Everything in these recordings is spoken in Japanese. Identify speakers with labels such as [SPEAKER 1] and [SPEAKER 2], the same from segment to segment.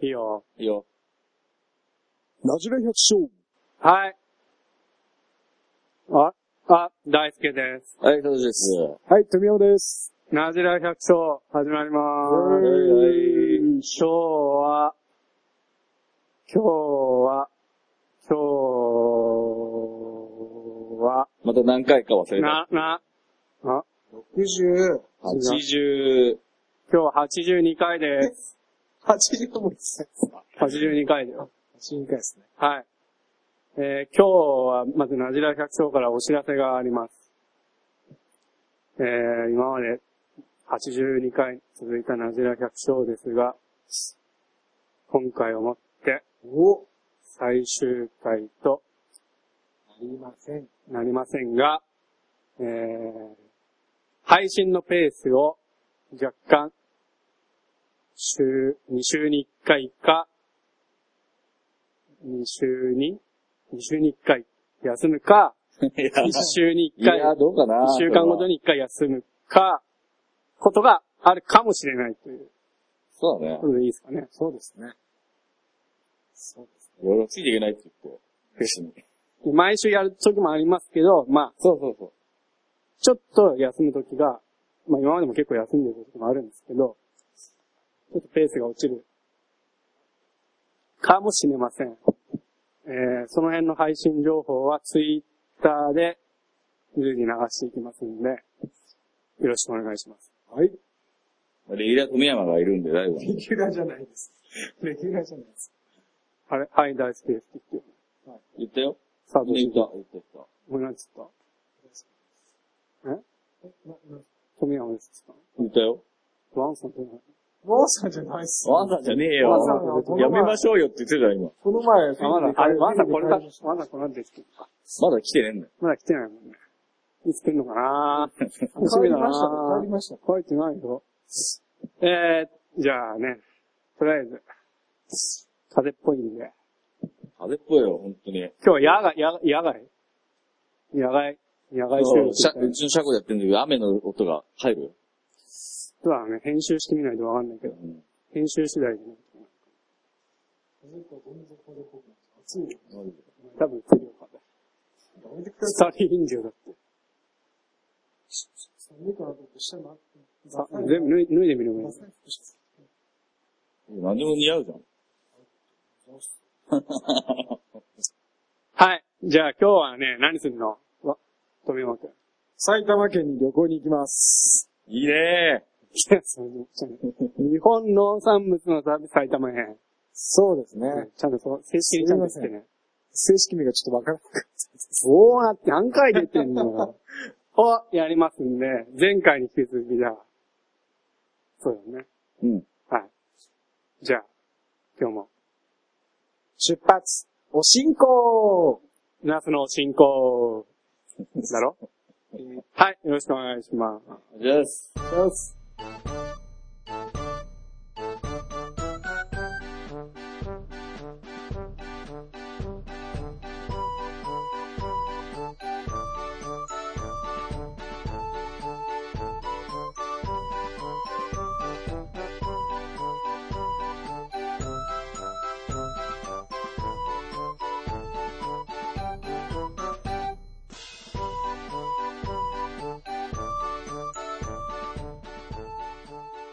[SPEAKER 1] いいよ。
[SPEAKER 2] いいよ。
[SPEAKER 3] ラジレ百姓。
[SPEAKER 1] はい。あ、あ、大輔です。
[SPEAKER 2] はい、彼女です。
[SPEAKER 3] はい、富尾です。
[SPEAKER 1] ナジラ百姓、始まりま
[SPEAKER 2] はい
[SPEAKER 1] ーす。今
[SPEAKER 2] はい。
[SPEAKER 1] 日は、今日は、今日は、
[SPEAKER 2] また何回か忘れた。
[SPEAKER 1] な、な、あ、
[SPEAKER 3] 60、
[SPEAKER 2] 80、
[SPEAKER 1] 今日82回です。
[SPEAKER 3] 80も言ってたんですか
[SPEAKER 1] 82回だよ。
[SPEAKER 3] ?82 回ですね。
[SPEAKER 1] はい。えー今日は、まずナジラ百姓からお知らせがあります。えー今まで82回続いたナジラ百姓ですが、今回をもって
[SPEAKER 3] お
[SPEAKER 1] 最終回と
[SPEAKER 3] ありません。
[SPEAKER 1] なりませんが、えー配信のペースを若干、週、2週に1回か、2週に、2週に1回休むか、
[SPEAKER 2] いや、
[SPEAKER 1] 1週に1
[SPEAKER 2] い
[SPEAKER 1] 回、
[SPEAKER 2] や、どうかな。
[SPEAKER 1] 1週間ごと
[SPEAKER 2] に。
[SPEAKER 1] に1回休むか、ことがあるかもしれないという
[SPEAKER 2] そうだね
[SPEAKER 1] こ。とでいいですかね。
[SPEAKER 3] そうですね。そうです
[SPEAKER 2] いろいろついていけないって言って、フェスに。
[SPEAKER 1] 毎週やる時もありますけど、まあ、
[SPEAKER 2] そうそうそ
[SPEAKER 1] ちょっと休むときが、まあ今までも結構休んでるときもあるんですけど、ちょっとペースが落ちる。かもしれません。えー、その辺の配信情報はツイッターで随時流していきますんで、よろしくお願いします。
[SPEAKER 3] ね。はい。
[SPEAKER 2] う。レギュラー富山がいるんで、だいぶ。
[SPEAKER 3] レギュラーじゃないです。レギュラーじゃないです。
[SPEAKER 1] あれはい、大好きですって言ってよ。
[SPEAKER 2] 言ったよ。
[SPEAKER 1] サードシ
[SPEAKER 2] 言
[SPEAKER 1] ー
[SPEAKER 2] っ
[SPEAKER 1] ズン。
[SPEAKER 2] た、言った、言った。
[SPEAKER 1] 俺なんつった
[SPEAKER 3] えなな
[SPEAKER 1] 富山ですって言っ
[SPEAKER 2] 言ったよ。
[SPEAKER 1] たのワンさんって言わない
[SPEAKER 3] ワンさんじゃないっす。
[SPEAKER 2] ワンさんじゃねえ
[SPEAKER 3] ワンさん
[SPEAKER 2] よ。
[SPEAKER 3] はこの前
[SPEAKER 2] やめましょうよって言ってたよ、今。
[SPEAKER 3] この前、
[SPEAKER 1] あ、まだ、あれ、ワンさんこれだ。ワンさんこれなんですけど。
[SPEAKER 2] まだ来てねえんだよ。
[SPEAKER 1] まだ来てないもんね。いつ来るの かな
[SPEAKER 3] 変
[SPEAKER 1] 楽し
[SPEAKER 3] わ
[SPEAKER 1] み
[SPEAKER 3] り
[SPEAKER 1] だ
[SPEAKER 3] ましたね。変わ
[SPEAKER 1] な
[SPEAKER 3] りましたね。
[SPEAKER 1] 書いてないよ。えー、じゃあね、とりあえず、風邪っぽいんで、
[SPEAKER 2] 風っぽいよ、本当に。
[SPEAKER 1] 今日は野外、野野外野外、野外収録
[SPEAKER 2] そ
[SPEAKER 1] みた
[SPEAKER 2] う車
[SPEAKER 1] いな
[SPEAKER 2] うちの車庫でやってんだけど、雨の音が入るよ。
[SPEAKER 1] そうだね、編集してみないとわかんないけ
[SPEAKER 2] う
[SPEAKER 1] ど、
[SPEAKER 2] ん。
[SPEAKER 1] 編集次第でね、
[SPEAKER 3] 暑いよ。
[SPEAKER 1] 多分来るよ、風
[SPEAKER 3] やめてくださ
[SPEAKER 1] スタリーンジュだって。
[SPEAKER 3] い。寒いから僕下に回って。
[SPEAKER 1] さ全部脱い脱いでみればいい
[SPEAKER 3] ダ。サい服して
[SPEAKER 2] 何でも似合うじゃん。
[SPEAKER 1] はい。じゃあ今日はね、何するのわ、富山くん。
[SPEAKER 3] 埼玉県に旅行に行きます。
[SPEAKER 2] いいね
[SPEAKER 1] いや それでちゃんと日本農産物の旅埼玉編。
[SPEAKER 3] そうですね。
[SPEAKER 1] ちゃんとそう、正式にちゃんと言ってね。
[SPEAKER 3] 正式名がちょっとわからなかったです。
[SPEAKER 1] そうなって何回出てんの よ。をやりますんで、前回に引き続きじゃあ。そうだね。
[SPEAKER 2] え。うん。
[SPEAKER 1] はい。じゃあ、今日も、
[SPEAKER 3] 出発お進行
[SPEAKER 1] ナスの進行、だ ろはい、よろしくお願いします。
[SPEAKER 2] じゃあす。
[SPEAKER 3] よし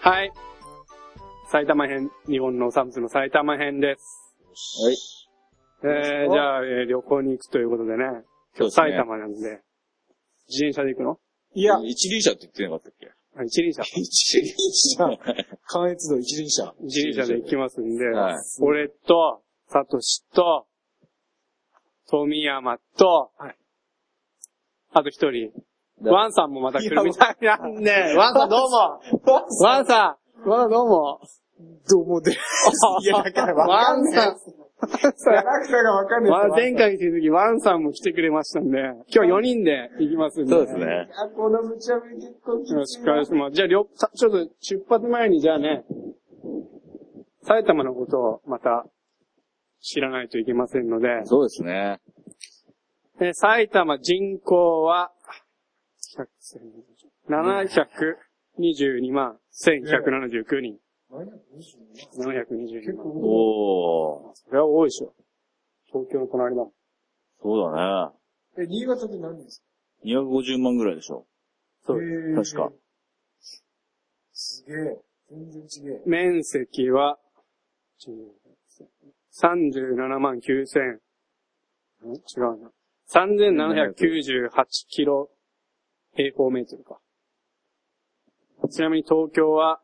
[SPEAKER 1] はい。埼玉編、日本の産物の埼玉編です。
[SPEAKER 2] はい。
[SPEAKER 1] えー、じゃあ、えー旅行に行くということでね。
[SPEAKER 2] 今
[SPEAKER 1] 埼。玉なんで、自転車で行くの
[SPEAKER 3] いや、
[SPEAKER 2] 一輪車って言ってなかったっけ
[SPEAKER 1] あ一輪車。
[SPEAKER 3] 一輪車、 関越道一輪車。
[SPEAKER 1] 自転車で行きますんで、
[SPEAKER 2] はい
[SPEAKER 1] 俺と、サトシと、富山と、
[SPEAKER 3] はい
[SPEAKER 1] あと一人、ワンさんもまた来るみたいなんで、ワンさんどうも
[SPEAKER 3] ワン
[SPEAKER 1] ワンさんワンさんどうも
[SPEAKER 3] どうもで。いや、だからわかんない。
[SPEAKER 1] ワン
[SPEAKER 3] キャラクターがわかんない。
[SPEAKER 1] わ 前。回に続きワンさんも来てくれましたんで、今日4人で行きますんで。
[SPEAKER 2] そうです。ね。
[SPEAKER 3] あ、この無茶ぶり結構きつい
[SPEAKER 1] よろしくお願いします。じゃあ、りょさちょっと出発前にじゃあね、埼玉のことをまた知らないといけませんので、
[SPEAKER 2] そうですね。
[SPEAKER 1] えー埼玉人口は、722万1179人。
[SPEAKER 3] ま
[SPEAKER 4] 722
[SPEAKER 1] 722
[SPEAKER 4] 結
[SPEAKER 1] 万。
[SPEAKER 4] 構、
[SPEAKER 2] おー、
[SPEAKER 1] それは多いでしょ。東京の隣だもん。
[SPEAKER 2] そうだね。
[SPEAKER 4] え、新潟って何です
[SPEAKER 2] 250万ぐらいでしょ。
[SPEAKER 4] か
[SPEAKER 1] そうです。
[SPEAKER 4] へー
[SPEAKER 2] 確か。
[SPEAKER 4] すげえ。全然違え。
[SPEAKER 1] 面積は、37万9000。ん違うな。3798キロ平方メートルか。ちなみに東京は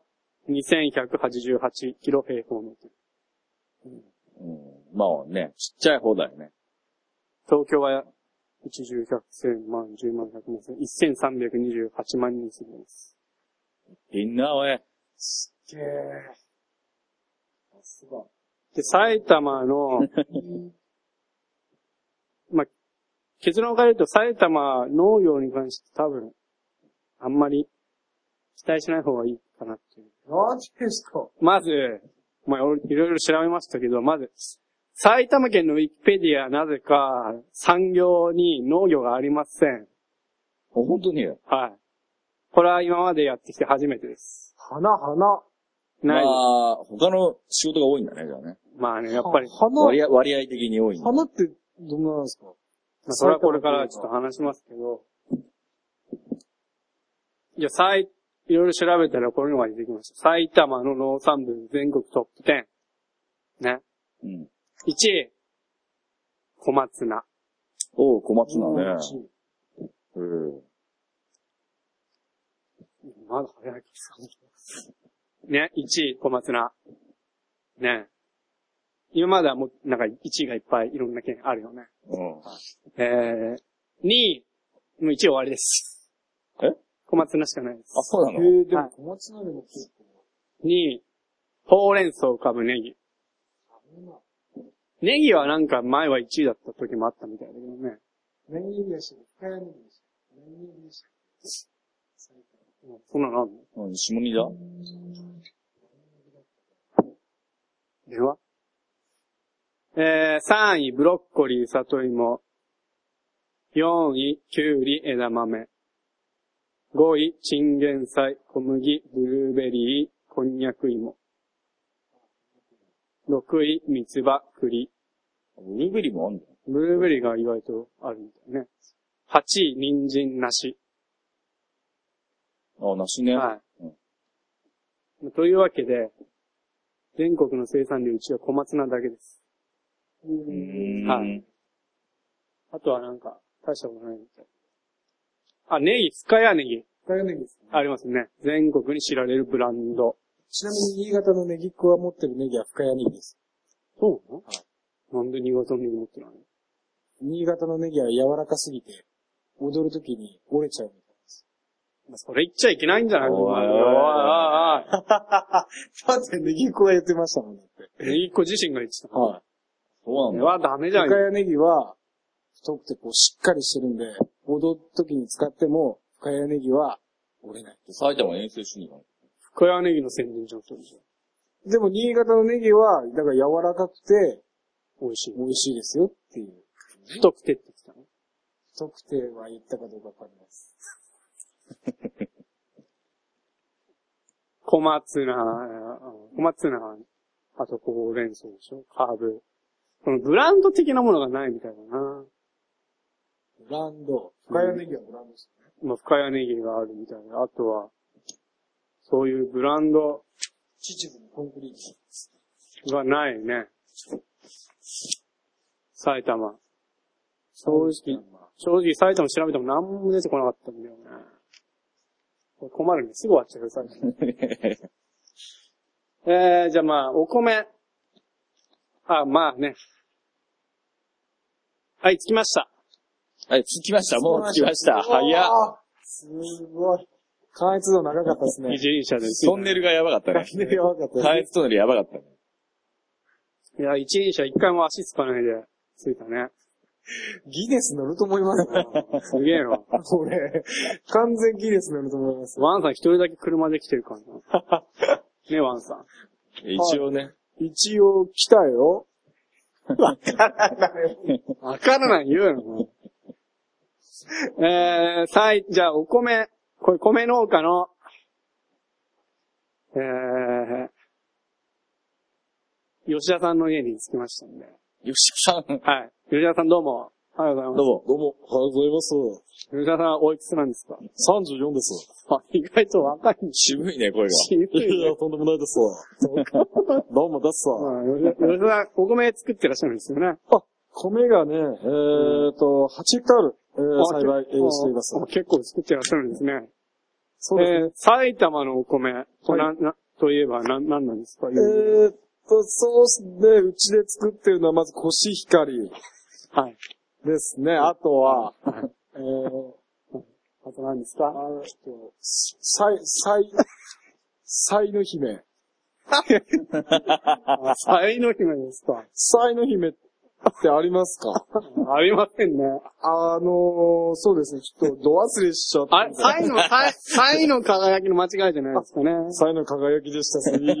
[SPEAKER 1] 2188キロ平方メートル。
[SPEAKER 2] うん。まあね、ちっちゃい方だよね。
[SPEAKER 1] 東京は一十百千万十万百万千一千三百二十八万人住んでます。
[SPEAKER 2] みんな、おい。
[SPEAKER 4] すっげえ。さすが。
[SPEAKER 1] で、埼玉 の、結論から言うと埼玉農業に関して多分、あんまり期待しない方がいいかなっていう。
[SPEAKER 4] なんでですか
[SPEAKER 1] まず、まあ、俺いろいろ調べましたけど、まず、埼玉県のウィキペディアなぜか産業に農業がありません。
[SPEAKER 2] 本当に。
[SPEAKER 1] はい。これは今までやってきて初めてです。
[SPEAKER 4] 花、花。
[SPEAKER 2] ま
[SPEAKER 1] ない。
[SPEAKER 2] あ、他の仕事が多いんだね、じゃあね。
[SPEAKER 1] まあね、やっぱり。
[SPEAKER 4] 花、
[SPEAKER 2] 割合割合的に多いんだ。
[SPEAKER 4] 花ってどんななんですか
[SPEAKER 1] まあ、それはこれからちょっと話しますけど、いや、さい、いろいろ調べたらこういうのが出てきました。埼玉の農産物全国トップ10。ね。
[SPEAKER 2] うん。
[SPEAKER 1] 1位、小松菜。
[SPEAKER 2] おう、小松菜ね。
[SPEAKER 4] うん
[SPEAKER 2] うん。
[SPEAKER 1] まだ早いね、1位、小松菜。ね。今まではもう、なんか1位がいっぱいいろんな県あるよね。
[SPEAKER 2] うん。
[SPEAKER 1] えー、2位、もう1位終わりです。
[SPEAKER 2] え
[SPEAKER 1] 小松菜しかないです。
[SPEAKER 2] あ、そうな
[SPEAKER 4] へ
[SPEAKER 2] の
[SPEAKER 4] え、でも小松菜でも結構。
[SPEAKER 1] 2位、ほうれん草、かぶ、ネギ。ネギはなんか前は1位だった時もあったみたいだけどね。
[SPEAKER 4] 何人でした深谷人でした何人でした
[SPEAKER 1] そんなのあんの
[SPEAKER 2] うん下にだ
[SPEAKER 1] 電話えー、3位、ブロッコリー、里芋。4位、きゅうり、枝豆。5位、チンゲン菜、小麦、ブルーベリー、こんにゃく芋。6位、三つ葉、栗。
[SPEAKER 2] ブルーベリーもあんだよ。
[SPEAKER 1] ブルーベリーが意外とあるみたいね。8位、人参、梨。
[SPEAKER 2] あ、梨ね。
[SPEAKER 1] は
[SPEAKER 2] う
[SPEAKER 1] い。というわけで、全国の生産量1位は小松菜だけです。
[SPEAKER 2] うーん。
[SPEAKER 1] はいあとはなんか、大したことないみたい。あ、ネギ、深谷ネギ、
[SPEAKER 4] 深谷ネギですね。
[SPEAKER 1] ありますね。全国に知られるブランド。
[SPEAKER 4] ちなみに新潟のネギっ子が持ってるネギは深谷ネギです。
[SPEAKER 1] そうなのはい。なんで新潟のネギ持ってないの
[SPEAKER 4] 新潟のネギは柔らかすぎて、踊るときに折れちゃうみたいです。
[SPEAKER 1] まあそれ言っちゃいけないんじゃない
[SPEAKER 2] おいおいおい
[SPEAKER 1] おい
[SPEAKER 4] だってネギっ子が言ってましたもんね。
[SPEAKER 1] おいおいネギっ子自身が言ってた。
[SPEAKER 4] はい。
[SPEAKER 2] そ
[SPEAKER 1] こ
[SPEAKER 2] うな
[SPEAKER 1] れ
[SPEAKER 2] んだ。
[SPEAKER 1] はダメじゃ
[SPEAKER 4] 深
[SPEAKER 1] ん。
[SPEAKER 4] 谷ネギは、太くてこうしっかりしてるんで、踊るときに使っても、深谷ネギは折れない。
[SPEAKER 2] 埼玉遠征しに行かない
[SPEAKER 1] 深谷ネギの宣伝じゃん、それじゃ。
[SPEAKER 4] でも新潟のネギは、だから柔らかくて、
[SPEAKER 1] 美味しい。
[SPEAKER 4] 美味しいですよっていう。
[SPEAKER 1] 太くてって言ってたの。
[SPEAKER 4] 太くては言ったかどうかわかります。
[SPEAKER 1] 小松菜、うん小松菜、あとほうれん草でしょカーブ。このブランド的なものがないみたいだな。
[SPEAKER 4] ブランド。深谷ネギはブランドですね。
[SPEAKER 1] まあ、深谷ネギがあるみたいな。あとは、そういうブランド
[SPEAKER 4] 秩父のコンクリート。
[SPEAKER 1] がないね。埼玉。正直、正直埼玉調べても何も出てこなかったんだよね。これ困るんですぐ終わっちゃうよ、埼玉。えー、じゃあまあ、お米。あ、まあね。はい、着きました。
[SPEAKER 2] はい、着きました。もう着きました。
[SPEAKER 4] う
[SPEAKER 2] 早っ。
[SPEAKER 4] わー。すごい。関越道長かったですね
[SPEAKER 1] 二。輪車で着いた。
[SPEAKER 2] トンネルがやばか ったね。
[SPEAKER 4] 関越道長かったですね。
[SPEAKER 2] 関越トンネルやばかったね。
[SPEAKER 1] いや、一輪車一回も足つかないで着いたね。
[SPEAKER 4] ギネス乗ると思いますね。
[SPEAKER 1] すげえな。
[SPEAKER 4] 俺、完全ギネス乗ると思います。
[SPEAKER 1] ワンさん一人だけ車で来てる感じ。ね、ワンさん。
[SPEAKER 2] 一応ね。
[SPEAKER 4] 一応来たよ。
[SPEAKER 1] わからない言うの。えー、さい、じゃあお米、これ米農家の、えー、吉田さんの家に着きましたんで。
[SPEAKER 2] 吉田さん。
[SPEAKER 1] はい。吉田さんどうも。ありがとうござい
[SPEAKER 2] どう
[SPEAKER 1] ま
[SPEAKER 2] も。
[SPEAKER 4] どうも、おはようございます。
[SPEAKER 1] す。吉田さんはおいくつなんですか
[SPEAKER 4] 34です。
[SPEAKER 1] あ、意外と若いんです
[SPEAKER 2] 渋いね、声が。
[SPEAKER 1] 渋
[SPEAKER 4] い
[SPEAKER 1] いね
[SPEAKER 4] や、とんでもないです。どうもです。
[SPEAKER 1] うん吉田吉田さん、お米作ってらっしゃるんですよね。
[SPEAKER 4] 米がね、えーっと、8ヘクタール、えー
[SPEAKER 1] あ
[SPEAKER 4] 栽培えーしています
[SPEAKER 1] あ。結構作ってらっしゃるんですね。
[SPEAKER 4] そうですね。
[SPEAKER 1] えー埼玉のお米、これななといえば何なんなんですか、
[SPEAKER 4] えーっと、そうですね、うちで作ってるのはまずコシヒカリ
[SPEAKER 1] はい。
[SPEAKER 4] ですね。あとは、え
[SPEAKER 1] あと何ですか
[SPEAKER 4] サイ、サイ、サイの姫。
[SPEAKER 1] あ、サイの姫ですか。
[SPEAKER 4] サイの姫ってありますか
[SPEAKER 1] ありませんね。
[SPEAKER 4] あのー、そうですね、ちょっとド忘れしちゃった。
[SPEAKER 1] あれ、サイの、サイ、サイの輝きの間違いじゃないですかね。
[SPEAKER 4] サイの輝きでした。すい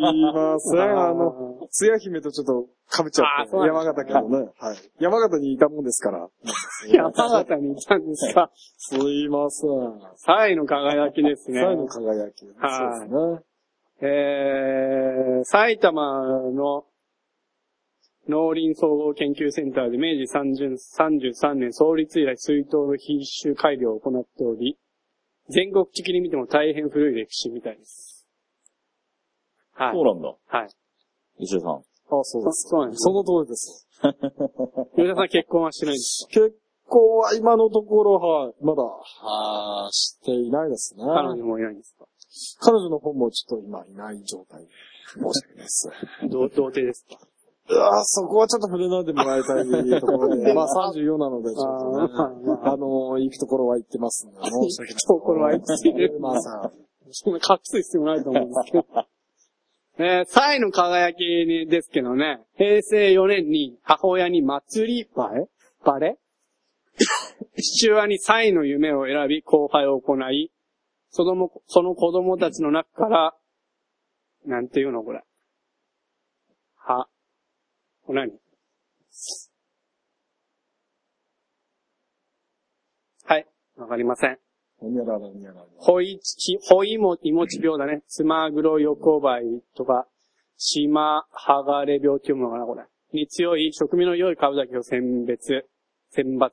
[SPEAKER 4] ません。あの、
[SPEAKER 1] の、
[SPEAKER 4] つや姫とちょっと被っちゃ
[SPEAKER 1] あー
[SPEAKER 4] って、
[SPEAKER 1] そうな
[SPEAKER 4] 山
[SPEAKER 1] んです
[SPEAKER 4] 形
[SPEAKER 1] ね
[SPEAKER 4] 県のね、はい。山形にいたもんですから。
[SPEAKER 1] 山形に行ったんですか。
[SPEAKER 4] すいません。
[SPEAKER 1] サイの輝きですね。
[SPEAKER 4] サイの輝き。そうですね。
[SPEAKER 1] はいえー、埼玉の農林総合研究センターで明治30 33年創立以来水筒の品種改良を行っており、全国的に見ても大変古い歴史みたいです。はい
[SPEAKER 2] そう。なんだ。
[SPEAKER 1] はい。
[SPEAKER 2] 石田さん。
[SPEAKER 4] あ、そうです。
[SPEAKER 1] そうなんです
[SPEAKER 4] その通りです。
[SPEAKER 1] 吉田さん結婚はしてないんです
[SPEAKER 4] 結構は今のところは、まだ、はーしていないですね。
[SPEAKER 1] か彼女もいないんですか
[SPEAKER 4] 彼女の方もちょっと今いない状態。申し訳ないです。
[SPEAKER 1] 童童貞ですか
[SPEAKER 4] うわーそこはちょっと触れないでもらいたいところで。まあ34なので、ちょっとね。あのー、行くところは行ってますんで、申し訳ない。
[SPEAKER 1] ところは 一致で。
[SPEAKER 4] まあさ、
[SPEAKER 1] そんな隠す必要ないと思うんですけど。えー、サイの輝きにですけどね、平成4年に母親に祭りバレバレ父親にサイの夢を選び、後輩を行い、そのもその子供たちの中から、なんていうのこれ。は、これ何はい、わかりません。
[SPEAKER 4] ほにゃららにゃらら。
[SPEAKER 1] ほいち、ほいも、いもち病だね。つまぐろ横ばいとか、しまはがれ病っていうものかな、これ。に強い、食味の良い株だけを選別、選抜。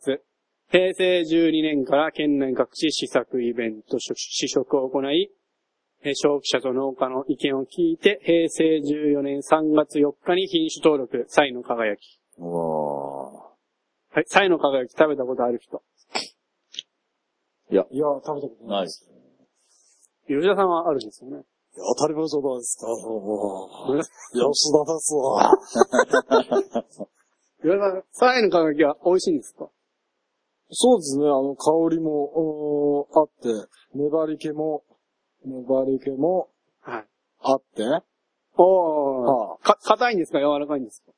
[SPEAKER 1] 平成12年から県内各地試作イベント、食試食を行い、えー消費者と農家の意見を聞いて、平成14年3月4日に品種登録、サイの輝き。
[SPEAKER 2] うわ
[SPEAKER 1] はい、サイの輝き食べたことある人。
[SPEAKER 4] いや、食べたこと
[SPEAKER 2] ーナ
[SPEAKER 4] ないで
[SPEAKER 2] イ
[SPEAKER 4] す。
[SPEAKER 2] ス。
[SPEAKER 1] 吉田さんはあるんですよね。
[SPEAKER 4] いや当たり前じゃないですか、も
[SPEAKER 1] ごめんな
[SPEAKER 4] う。
[SPEAKER 1] さ
[SPEAKER 4] 吉田ですわ。
[SPEAKER 1] い吉田さん、サイの輝きは美味しいんですか
[SPEAKER 4] そうですね、あの、香りも、おーあって、粘り気も、粘り気も
[SPEAKER 1] はい。
[SPEAKER 4] あって、は
[SPEAKER 1] おー。
[SPEAKER 4] あ、
[SPEAKER 1] か、硬いんですか柔らかいんですか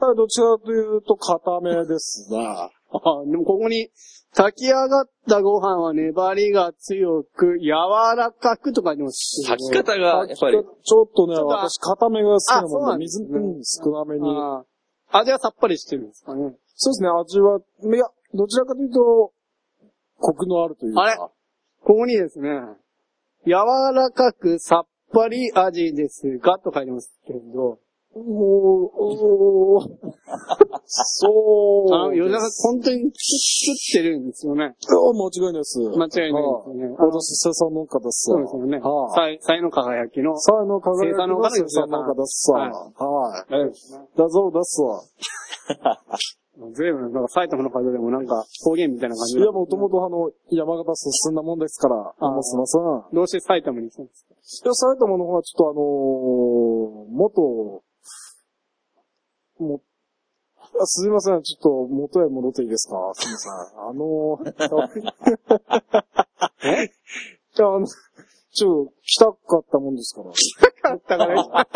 [SPEAKER 4] ただどちらかというと、固めですが、
[SPEAKER 1] ああ、でもここに、炊き上がったご飯は粘りが強く、柔らかくとかにも
[SPEAKER 2] 炊き方が、やっぱり、
[SPEAKER 4] ちょっとね、
[SPEAKER 1] ちょっと
[SPEAKER 4] 私、固めが好きな
[SPEAKER 1] あそうな
[SPEAKER 4] もん
[SPEAKER 1] ん
[SPEAKER 4] で、
[SPEAKER 1] です
[SPEAKER 4] 水、
[SPEAKER 1] ね
[SPEAKER 4] うん、少なめに。
[SPEAKER 1] ああ味はさっぱりしてるんですかね。
[SPEAKER 4] そうですね、味は、いや、どちらかというと、コクのあるというか。
[SPEAKER 1] あれここにですね、柔らかくさっぱり味ですが、と書いてますけど、
[SPEAKER 4] おー おーそうです。
[SPEAKER 1] あの、吉田さん本当に作ってるんですよね。
[SPEAKER 4] あ間違いないです。
[SPEAKER 1] 間違いないですよね
[SPEAKER 4] はあ私、生産農家です。
[SPEAKER 1] そうですよね。
[SPEAKER 4] は
[SPEAKER 1] さい、さいの輝きの。
[SPEAKER 4] さあの輝きが生
[SPEAKER 1] 生産
[SPEAKER 4] 産
[SPEAKER 1] 農
[SPEAKER 4] 農
[SPEAKER 1] 家
[SPEAKER 4] 家
[SPEAKER 1] で
[SPEAKER 4] です。
[SPEAKER 1] は
[SPEAKER 4] はいい。
[SPEAKER 1] 大丈夫ですね
[SPEAKER 4] だぞ、だすわ。
[SPEAKER 1] 随分、なんか埼玉の方でもなんか方言みたいな感じ
[SPEAKER 4] い
[SPEAKER 1] なんですね
[SPEAKER 4] や、もともとあの、山形進んだもんですから、
[SPEAKER 1] あー
[SPEAKER 4] もうすいません。
[SPEAKER 1] どうして埼玉に来たんですか
[SPEAKER 4] いや、埼玉の方はちょっとあのー元、もあすいません、ちょっと元へ戻っていいですかすいません。あのー、えあの、ちょっと来たかったもんですから。
[SPEAKER 1] だ から、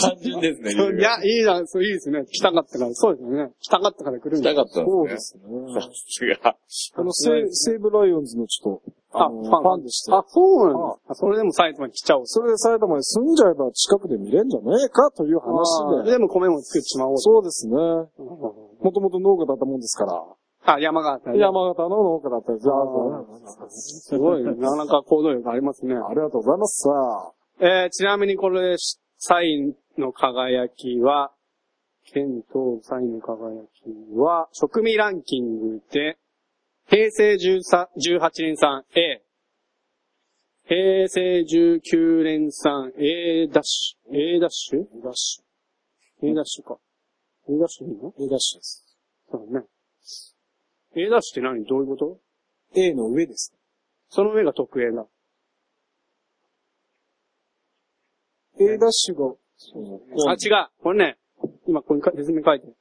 [SPEAKER 2] 単純ですね、
[SPEAKER 1] いや、いいじゃん、そう、いいですね。来たかったから、そうですよね。来たかったから来るん
[SPEAKER 2] した
[SPEAKER 1] だ。
[SPEAKER 2] かったん
[SPEAKER 4] そう
[SPEAKER 2] で
[SPEAKER 4] ですすね。
[SPEAKER 2] ね。さすが。
[SPEAKER 4] あの、西西武ライオンズのちょっと、
[SPEAKER 1] あ、
[SPEAKER 4] あ
[SPEAKER 1] フ
[SPEAKER 4] の
[SPEAKER 1] ァン。
[SPEAKER 4] ファンでして。
[SPEAKER 1] あ、そうなんですあ、それでも埼玉に来ちゃおう。
[SPEAKER 4] それで埼玉に住んじゃえば近くで見れんじゃねえかという
[SPEAKER 1] あ
[SPEAKER 4] 話
[SPEAKER 1] ー
[SPEAKER 4] で。
[SPEAKER 1] でも米も作ってしまおうと。
[SPEAKER 4] そうですね。もともと農家だったもんですから。
[SPEAKER 1] あ、山形ね。
[SPEAKER 4] 山形の農家だったんです
[SPEAKER 1] すごい、なかなか行動力ありますね。
[SPEAKER 4] ありがとうございます。さあ、
[SPEAKER 1] えー、ちなみにこれ、サイの輝きは、県東西の輝きは、食味ランキングで、平成13 18年産 A、平成19年産 A ダッシュ、A ダッシュ
[SPEAKER 3] ラッシ
[SPEAKER 1] ?A ダッシュか。A ダッシュでいいの
[SPEAKER 3] ュ。A ダッシュです。
[SPEAKER 1] そうだね。A ダッシュって何どういうこと
[SPEAKER 3] A の上です。
[SPEAKER 1] その上が特 A だ。
[SPEAKER 3] A ダッシュが、
[SPEAKER 1] あ、違う。これね、今ここにか説明書いてる。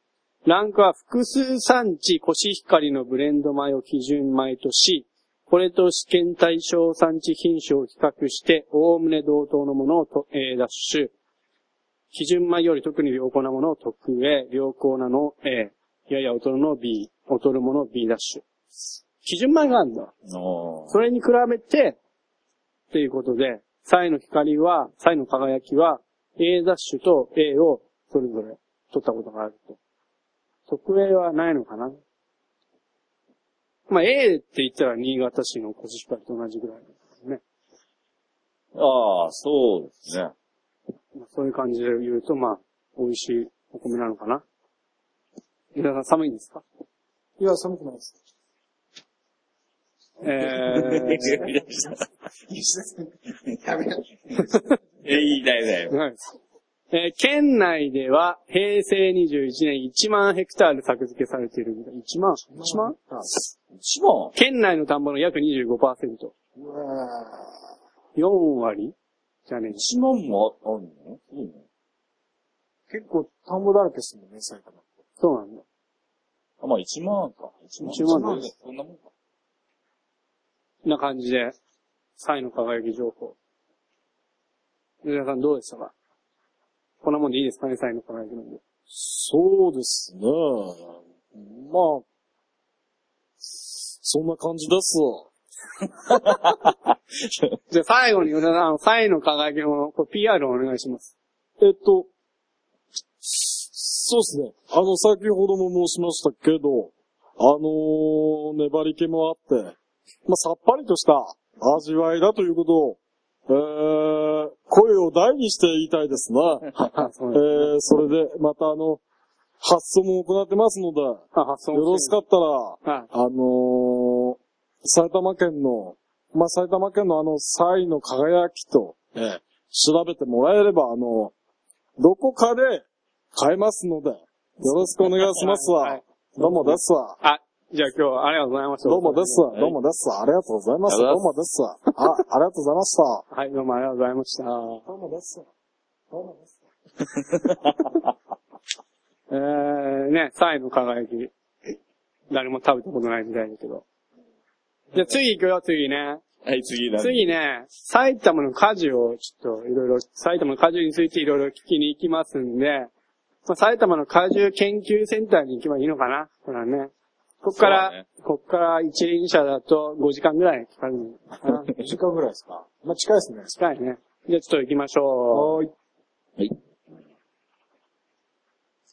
[SPEAKER 1] ランクは複数産地コシヒカリのブレンド米を基準米とし、これと試験対象産地品種を比較して、おおむね同等のものをと A ダッシュ。基準米より特に良好なものを特 A、良好なのを A、やや劣るのを B、劣るものを B ダッシュ。基準米があるんだ。
[SPEAKER 2] おー
[SPEAKER 1] それに比べて、っていうことで、サイの光は、サイの輝きは、A ダッシュと A をそれぞれ取ったことがあると。特 A はないのかなまあ、A って言ったら新潟市のコシヒカリと同じぐらいですね。
[SPEAKER 2] ああ、そうですね。
[SPEAKER 1] まあ、そういう感じで言うと、まあ、美味しいお米なのかな。皆さん寒いんですか
[SPEAKER 3] いや、寒くないです。
[SPEAKER 1] えー、
[SPEAKER 3] やめ
[SPEAKER 2] え、いいだよだよ。
[SPEAKER 1] はい。えー県内では平成21年1万ヘクタール作付けされているみたい。1万 ?1 万
[SPEAKER 2] 一番
[SPEAKER 1] 県内の田んぼの約25%。
[SPEAKER 3] うわ
[SPEAKER 1] 4割じゃねえし。
[SPEAKER 2] 一万もああんのいいね。
[SPEAKER 3] ー結構田んぼだらけですもんね、埼玉。
[SPEAKER 1] そうなんだ。
[SPEAKER 2] あ、まあ一万か。一
[SPEAKER 1] 一万だ
[SPEAKER 2] そんなもんか。
[SPEAKER 1] こんな感じで、サイの輝き情報。皆さんどうでしたかこんなもんでいいですかね、サイの輝きなんで。
[SPEAKER 4] そうですね。まあ、そんな感じです。
[SPEAKER 1] じゃあ最後に、皆さん、サイの輝きのこれ PR をお願いします。
[SPEAKER 4] えっと、そうですね。あの、先ほども申しましたけど、あのー粘り気もあって、まあ、さっぱりとした味わいだということを、えー、声を大にして言いたいですね。
[SPEAKER 1] そう
[SPEAKER 4] え
[SPEAKER 1] ですね
[SPEAKER 4] ー、それで、またあの、発送も行ってますので、よ
[SPEAKER 1] あ、発想
[SPEAKER 4] ろしかったら、
[SPEAKER 1] はい。
[SPEAKER 4] あのー、埼玉県の、まあ、埼玉県のあの、サイの輝きと、えー調べてもらえれば、あの、どこかで買えますので、よろしくお願いしますわ。
[SPEAKER 1] はいはい
[SPEAKER 4] どうもですわ。
[SPEAKER 1] あ、じゃあ今日はありがとうございました。
[SPEAKER 4] どうもですわ。
[SPEAKER 2] はい
[SPEAKER 4] どうもですわ。ありがとうございま
[SPEAKER 2] あ
[SPEAKER 4] した。
[SPEAKER 2] り
[SPEAKER 4] ど
[SPEAKER 2] がと
[SPEAKER 4] うもですわ。あ、ありがとうございました。
[SPEAKER 1] はい、どうもありがとうございました。
[SPEAKER 3] どうもです。どうもです。
[SPEAKER 1] えー、ね、サイの輝き。誰も食べたことない時代だけど。じゃあ次行くよ、次ね。
[SPEAKER 2] はい、次だ。
[SPEAKER 1] 次ね、埼玉の果樹をちょっといろいろ、埼玉の果樹についていろいろ聞きに行きますんで、まあ、埼玉の果樹研究センターに行けばいいのかなこれはね。こっから、
[SPEAKER 2] そうだね
[SPEAKER 1] こっから一輪車だと5時間ぐらいかかるのかな
[SPEAKER 3] 2時間ぐらいですかまあ、近いですね。
[SPEAKER 1] 近いね。じゃあちょっと行きましょう。
[SPEAKER 3] はーい。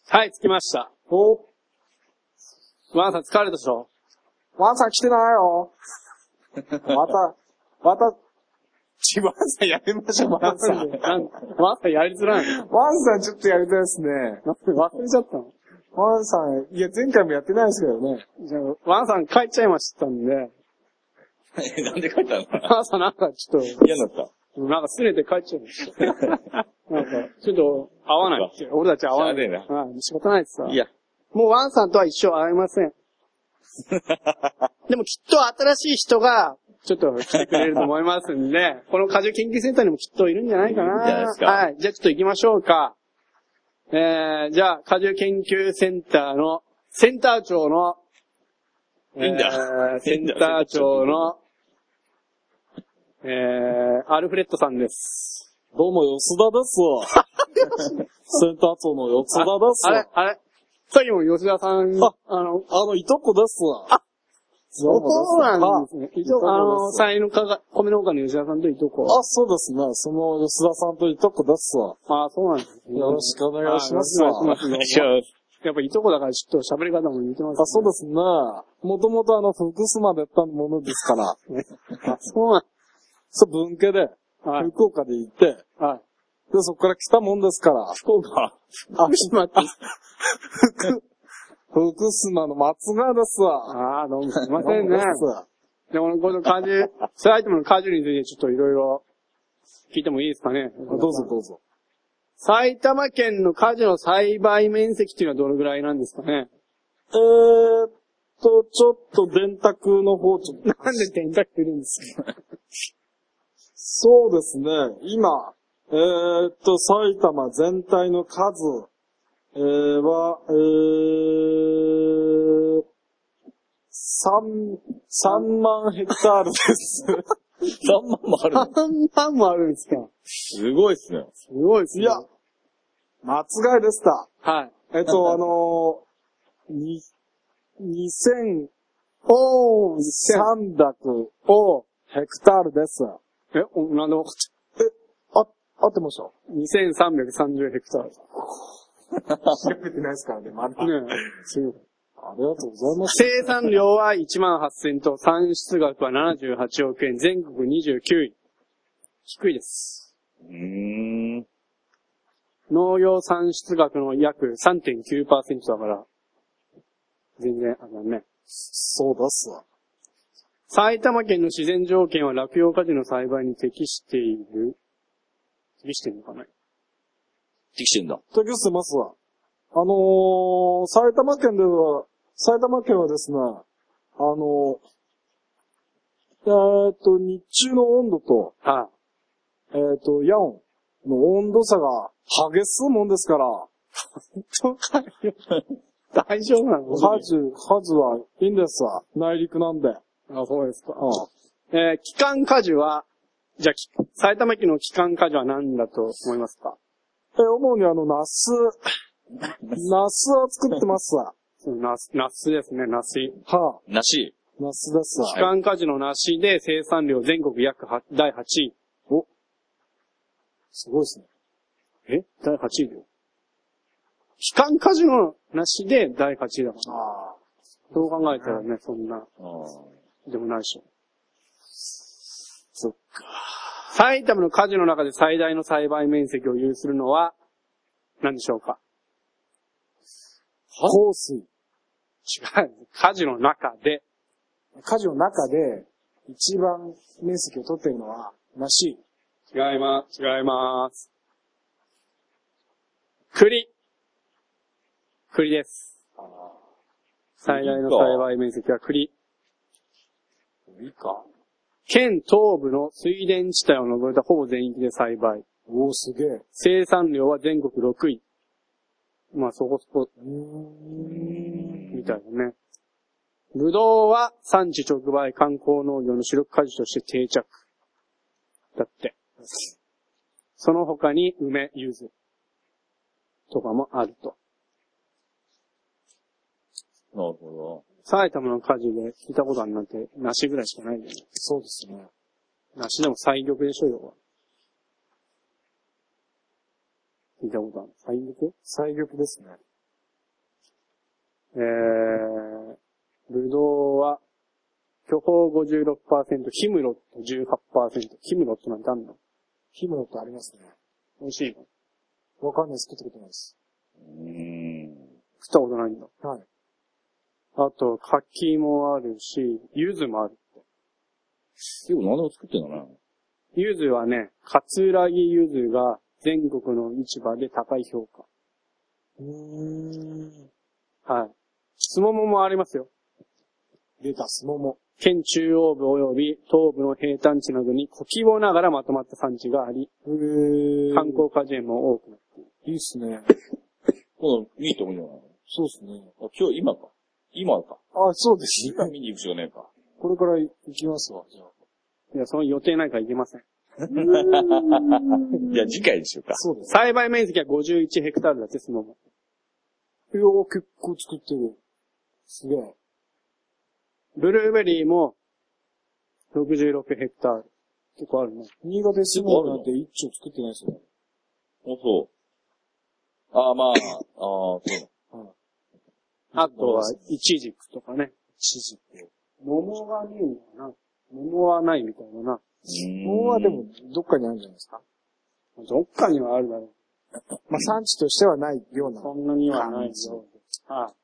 [SPEAKER 1] はい、着きました。
[SPEAKER 3] お
[SPEAKER 1] ワンさん疲れたでしょ
[SPEAKER 3] ワンさん来てないよ。また、また、
[SPEAKER 2] 一番さんやめましょう、
[SPEAKER 1] ワンさん、なんワンさんやりづらいの
[SPEAKER 3] ワンさんちょっとやりたいですね。
[SPEAKER 1] なんで忘れちゃったの
[SPEAKER 3] ワンさん、いや、前回もやってないですけどね。
[SPEAKER 1] じゃあ、ワンさん帰っちゃいましたんで、
[SPEAKER 2] え なんで書いたの
[SPEAKER 1] ワンさんなんかちょっと、
[SPEAKER 2] 嫌になった。
[SPEAKER 1] なんかすねて帰っちゃうんですよ。なんか、ちょっと、合わないって。俺たち合わない。
[SPEAKER 2] しゃあね
[SPEAKER 1] うん仕方ないですさ。
[SPEAKER 2] いや。
[SPEAKER 1] もうワンさんとは一生会いません。でもきっと新しい人が、ちょっと来てくれると思いますんで、 この果樹研究センターにもきっといるんじゃないかな。
[SPEAKER 2] いるんじゃないですか
[SPEAKER 1] はい。じゃあちょっと行きましょうか。えー、じゃあ、果樹研究センターの、センター長の、
[SPEAKER 2] いいんだ
[SPEAKER 1] えーセンター長の、えー、アルフレッドさんです。
[SPEAKER 4] どうも、吉田ですわ。センター長の吉田です
[SPEAKER 1] あれ
[SPEAKER 4] わ。
[SPEAKER 1] あれさっきも吉田さん、
[SPEAKER 4] あ
[SPEAKER 1] あの、
[SPEAKER 4] あの、いとこですわ。あ、どうもです
[SPEAKER 1] そう
[SPEAKER 4] わ
[SPEAKER 1] なんですね。一応、あ
[SPEAKER 4] どうも
[SPEAKER 1] の、
[SPEAKER 4] です
[SPEAKER 1] 才のかが、米農家の吉田さんといとこ。
[SPEAKER 4] あ、そうですね。その吉田さんといとこですわ。
[SPEAKER 1] ああ、そうなんですね。
[SPEAKER 4] よろしくお願いします
[SPEAKER 1] あ
[SPEAKER 4] わ。
[SPEAKER 1] よろしくお願いします。やっぱいとこだからちょっと喋り方も似てます、
[SPEAKER 4] あ、そうですね。もともとあの、福島でやったものですから、
[SPEAKER 1] すね。あ、そうなん
[SPEAKER 4] そう、文系で、
[SPEAKER 1] はい。
[SPEAKER 4] 福岡で行って、
[SPEAKER 1] はい。
[SPEAKER 4] で、そこから来たもんですから、
[SPEAKER 2] 福岡。
[SPEAKER 3] 福島って、
[SPEAKER 4] 福、福島の松川ですわ。
[SPEAKER 1] ああ、どうもすいませんね
[SPEAKER 4] どう。もですわ
[SPEAKER 1] でも、このカジュ、スライトムのカジュについてちょっといろいろ聞いてもいいですかね。
[SPEAKER 4] どうぞどうぞ。
[SPEAKER 1] 埼玉県の果樹の栽培面積っていうのはどのぐらいなんですかね
[SPEAKER 4] えーっと、ちょっと電卓の方、ちょっと。
[SPEAKER 1] なんで電卓いるんですか
[SPEAKER 4] そうですね。今、えーっと、埼玉全体の数、えーは、えー、三、三万ヘクタール です。
[SPEAKER 2] 3万もある。
[SPEAKER 1] ?3 万もあるんですか
[SPEAKER 2] すごいっすね。
[SPEAKER 1] すごいです
[SPEAKER 4] い
[SPEAKER 1] ね。
[SPEAKER 4] や、間違いでした。
[SPEAKER 1] はい。
[SPEAKER 4] え っと、あのー、に、二千
[SPEAKER 1] おー、
[SPEAKER 4] 三百をヘクタールです。
[SPEAKER 1] え、おなんで分かっち
[SPEAKER 4] あ、合ってました
[SPEAKER 1] ゃう ?2330 ヘクタール。
[SPEAKER 3] 調べてないですからね、まだ。
[SPEAKER 1] ね
[SPEAKER 4] ありがとうございます。
[SPEAKER 1] 生産量は1万8000トン、産出額は78億円、全国29位。低いです。
[SPEAKER 2] うーん。
[SPEAKER 1] 農業産出額の約3.9%だから、全然、あのね。
[SPEAKER 4] そうですわ。
[SPEAKER 1] 埼玉県の自然条件は落葉果樹の栽培に適している。適してるのかな
[SPEAKER 2] できてんだ。
[SPEAKER 4] としてますわ。あのー、埼玉県では、埼玉県はですね、あのー、えーっと、日中の温度と、
[SPEAKER 1] はい、
[SPEAKER 4] えーっと、夜温の温度差が激しいもんですから、
[SPEAKER 1] 大丈夫なの
[SPEAKER 4] ハジ、ハジはいいんですわ。内陸なんで。うん。
[SPEAKER 1] あ、そうですか。えー、期間果樹は、じゃあ、き埼玉県の期間果樹は何だと思いますか
[SPEAKER 4] え、主にあの、ナス、ナスを作ってますわ。
[SPEAKER 1] そのナス、ナスですね、ナス。
[SPEAKER 4] は
[SPEAKER 2] なし。
[SPEAKER 4] あ、ナスですわ
[SPEAKER 1] 期。間果樹のナシで生産量全国約は第8位。
[SPEAKER 4] すごいですね。
[SPEAKER 1] え第8位だよ。期間果樹の梨で第8位だから。
[SPEAKER 4] あ
[SPEAKER 1] そう考えたらね、そんな、
[SPEAKER 2] あー
[SPEAKER 1] でもないでしょ。
[SPEAKER 4] そっ
[SPEAKER 1] か。埼玉の果樹の中で最大の栽培面積を有するのは、何でしょうか
[SPEAKER 4] あ。香水。
[SPEAKER 1] 違う。果樹の中で、
[SPEAKER 3] 家事の中で、一番面積を取ってるのは、梨。
[SPEAKER 1] 違います。違います。栗。栗です。最大の栽培面積は栗。
[SPEAKER 2] いいか。
[SPEAKER 1] 県東部の水田地帯を除いたほぼ全域で栽培。
[SPEAKER 4] おお、すげえ。
[SPEAKER 1] 生産量は全国6位。まあそこそこ、みたいなね。ぶどうは産地直売観光農業の主力果樹として定着。だって。その他に梅、柚子とかもあると。
[SPEAKER 2] なるほ
[SPEAKER 1] 埼玉の果樹で聞いたことあるなんて、梨ぐらいしかないよね。
[SPEAKER 4] そうですね。
[SPEAKER 1] 梨でも最玉でしょよ。聞いたことある。最玉
[SPEAKER 4] 最玉ですね。
[SPEAKER 1] えー、ぶどうは、巨峰56%、ヒムロット18%。ヒムロットなんてあんの
[SPEAKER 3] ヒムロットありますね。
[SPEAKER 1] 美味しいの
[SPEAKER 3] わかんないです。作ったことないです。
[SPEAKER 2] ど。うーん。
[SPEAKER 1] 食ったことないんだ。
[SPEAKER 3] はい。
[SPEAKER 1] あと、柿もあるし、柚子もある。
[SPEAKER 2] 結構何でも作ってんだな。
[SPEAKER 1] 柚子はね、カツラギ柚子が全国の市場で高い評
[SPEAKER 3] うーん。
[SPEAKER 1] 価。はい。スモモもありますよ。
[SPEAKER 3] レタス、桃。
[SPEAKER 1] 県中央部及び東部の平坦地などに小規模ながらまとまった産地があり、
[SPEAKER 3] へー
[SPEAKER 1] 観光果樹園も多くなる。
[SPEAKER 3] いいっすね。
[SPEAKER 2] 今度見に行ってもいいんじゃない
[SPEAKER 3] そうっすね。
[SPEAKER 2] あ今日、今か。今か。
[SPEAKER 3] あ、そうです
[SPEAKER 2] 今
[SPEAKER 3] ね。
[SPEAKER 2] 見に行くしかねえか。
[SPEAKER 3] これから行きますわ、じゃあ。
[SPEAKER 1] いや、その予定なんかいけません。
[SPEAKER 2] じゃあ次回にしようか。
[SPEAKER 3] そうです。
[SPEAKER 1] 栽培面積は51ヘクタールだって、スモモ。
[SPEAKER 3] いやー、結構作ってる。すげえ。
[SPEAKER 1] ブルーベリーも66ヘクタール。結構あるね。
[SPEAKER 3] 新潟で住むなんて一丁作ってないですよね。
[SPEAKER 2] おそう。ああ、まあ、ああ、そうだ。
[SPEAKER 1] あとは、イチジクとかね。
[SPEAKER 3] チジク。
[SPEAKER 1] 桃がねえんだな。桃はないみたいだな。
[SPEAKER 2] うーん
[SPEAKER 3] 桃はでも、どっかにあるんじゃないですか。
[SPEAKER 1] あどっかにはあるだろう。
[SPEAKER 3] まあ、産地としてはないような。
[SPEAKER 1] そんなにはないよ。は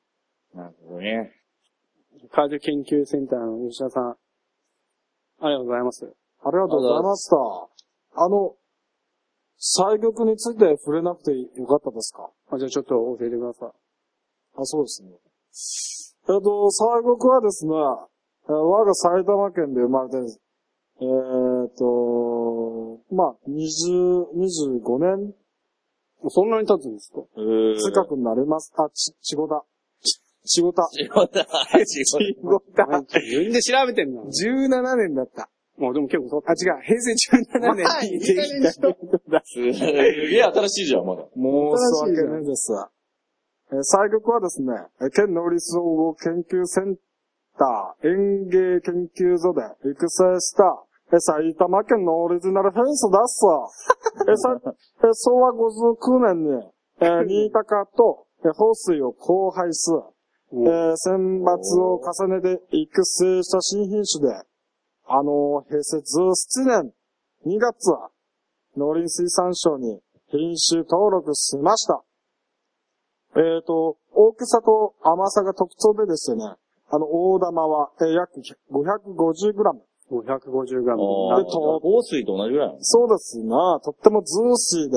[SPEAKER 2] なるほどね。
[SPEAKER 1] い。カージュ研究センターの吉田さん。ありがとうございます。
[SPEAKER 4] ありがとうございました。あの、採玉について触れなくてよかったですか
[SPEAKER 1] あじゃあちょっと教えてください。
[SPEAKER 4] あ、そうですね。えっと、西国はですね、えー我が埼玉県で生まれて、えーっと、まあ、20、25年
[SPEAKER 1] そんなに経つんですか
[SPEAKER 2] うー。
[SPEAKER 4] 近くになります。あ、ち、ちごだ。ち、ちごだ。
[SPEAKER 2] 仕事、仕事。
[SPEAKER 1] 自分で調べてんな。
[SPEAKER 3] 17年だった。
[SPEAKER 1] もうでも結構経
[SPEAKER 3] あ、
[SPEAKER 1] っ
[SPEAKER 3] 違う、平成17年にできた。
[SPEAKER 2] すげえ新しいじゃん、まだ。
[SPEAKER 4] 申し訳ないです。えー、西国はですね、えー県農立総合研究センター園芸研究所で育成した、えー埼玉県のオリジナルフェンスだっす。えーさえー昭和59年に、えー新高と、えー放水を交配す、えー選抜を重ねて育成した新品種で、あのー平成17年2月は、農林水産省に品種登録しました。えっ、と、大きさと甘さが特徴でですね、あの、大玉は、えー約
[SPEAKER 1] て550
[SPEAKER 4] 550g。
[SPEAKER 1] グラム。
[SPEAKER 2] ああ、防水と同じぐらいなの
[SPEAKER 4] そうですな、とってもジューシーで、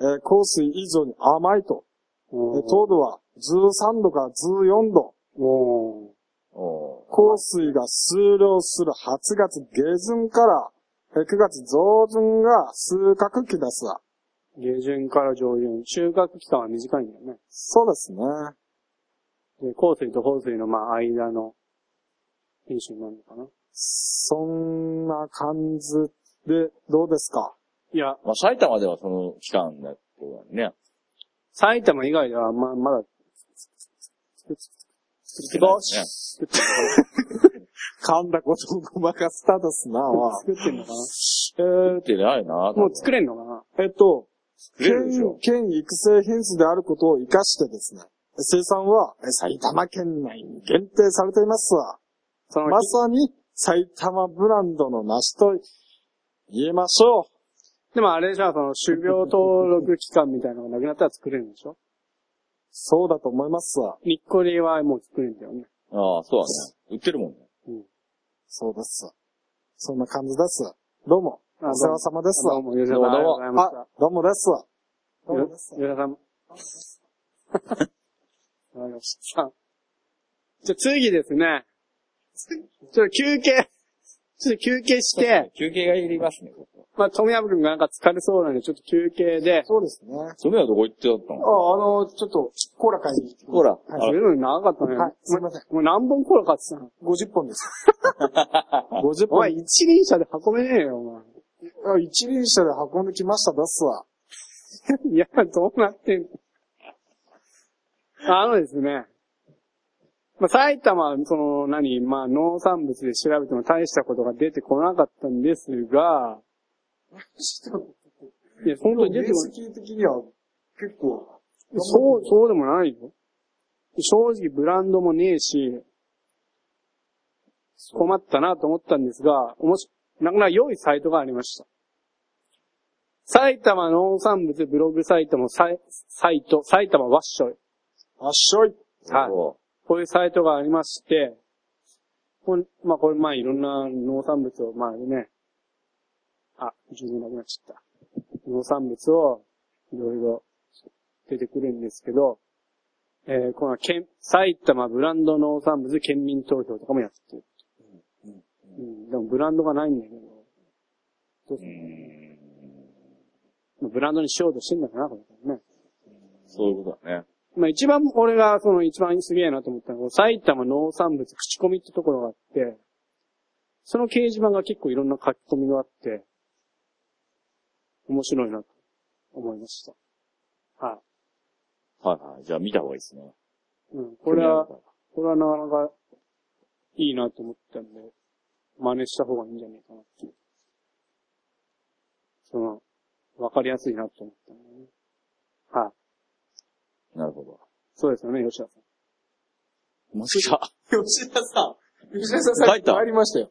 [SPEAKER 4] えー香水以上に甘いと。えー糖度は13度から14度。
[SPEAKER 1] おー
[SPEAKER 2] お
[SPEAKER 4] 香水が終了する8月下旬から、えー9月上旬が収穫期ですわ。
[SPEAKER 1] 下旬から上旬。収穫期間は短いんだよね。
[SPEAKER 4] そうですね。
[SPEAKER 1] で、香水と放水の、まあ、間の品種になるのかな。
[SPEAKER 4] そんな感じで、どうですか
[SPEAKER 1] いや、
[SPEAKER 2] ーまあ、埼玉ではその期間だってことだね。
[SPEAKER 1] 埼玉以外では、まあ、まだ、
[SPEAKER 2] 少し。
[SPEAKER 4] 噛んだことをごまかしたですな、おい
[SPEAKER 1] 作ってんのか
[SPEAKER 4] え
[SPEAKER 2] 作ってないな。
[SPEAKER 1] なもう作れんのかな
[SPEAKER 4] ーえっと、
[SPEAKER 2] 作れるでし
[SPEAKER 4] 県
[SPEAKER 2] ょ、
[SPEAKER 4] 県育成品種であることを活かしてですね、生産はえ埼玉県内に限定されていますわ。
[SPEAKER 1] その、
[SPEAKER 4] まさに埼玉ブランドの梨と言えましょ
[SPEAKER 1] でもあれじゃあ、その、種苗登録期間みたいなのがなくなったら作れるんでしょ
[SPEAKER 4] う。そうだと思いますわ。
[SPEAKER 1] ニッコリはもう作れんだよね。
[SPEAKER 2] ああ、そうだね。売ってるもんね。
[SPEAKER 4] そうです。そんな感じです。どうも、
[SPEAKER 1] あ
[SPEAKER 4] お世話様です
[SPEAKER 1] どう
[SPEAKER 4] わ。
[SPEAKER 1] も、吉田さん、ありがとうございまし
[SPEAKER 4] あ、どうもですわ。どうもです
[SPEAKER 1] た。吉田さん。あ吉田さん。じゃあ次ですね。ちょっと休憩、ちょっと休憩して、
[SPEAKER 2] 休憩がいりますね、ここ。
[SPEAKER 1] まあ、富山君がなんか疲れそうなんで、ちょっと休憩で、
[SPEAKER 3] そうですね。
[SPEAKER 2] それはどこ行ってだった
[SPEAKER 3] あ、あ
[SPEAKER 2] の
[SPEAKER 3] の、ちょっと、コーラ買いに。
[SPEAKER 2] ほら、
[SPEAKER 1] それのに長かったね。
[SPEAKER 3] はい、すいません。
[SPEAKER 1] もう何本コーラ買ってたの
[SPEAKER 3] 50本です。
[SPEAKER 4] 50
[SPEAKER 1] お前
[SPEAKER 4] 分
[SPEAKER 1] 一輪車で運べねえよ、お
[SPEAKER 4] あ一輪車で運んできました、出すわ。
[SPEAKER 1] 前。いや、どうなってんのあのですね。まあ、埼玉、その、何、まあ、農産物で調べても大したことが出てこなかったんですが、
[SPEAKER 3] ちょっと、
[SPEAKER 1] いや、本当に出
[SPEAKER 3] 面
[SPEAKER 1] てこない。
[SPEAKER 3] 積的には結構、
[SPEAKER 1] そう、そうでもないよ。正直ブランドもねえし、困ったなと思ったんですが、もし、なかなか良いサイトがありました。埼玉農産物ブログサイトもサイサイト、埼玉ワッショイ。
[SPEAKER 4] あっしょい。
[SPEAKER 1] はいこういうサイトがありまして、これまあこれまあいろんな農産物を、まあね、あ、十分なくなっちゃった。農産物をいろいろ出てくるんですけど、えーこの県、埼玉ブランド農産物県民投票とかもやってる。うん、でもブランドがないんだけど、どうす
[SPEAKER 2] う
[SPEAKER 1] る
[SPEAKER 2] ん。
[SPEAKER 1] まあブランドにしようとしてんだかな、これね。
[SPEAKER 2] そういうことだね。
[SPEAKER 1] まあ一番、俺がその一番すげえなと思ったのは、埼玉農産物口コミってところがあって、その掲示板が結構いろんな書き込みがあって、面白いなと思いました。は
[SPEAKER 2] はいはい。じゃあ見た方がいいですね。
[SPEAKER 1] い。うん。これは、これはなかなかいいなと思ったんで、真似した方がいいんじゃないかなっていう。その、わかりやすいなと思ったんでね。はい。
[SPEAKER 2] なるほど。
[SPEAKER 1] そうですよね、吉田さん。
[SPEAKER 2] もしか。
[SPEAKER 3] 吉田さん。吉田さん、
[SPEAKER 2] 帰った
[SPEAKER 3] さっき帰りましたよ。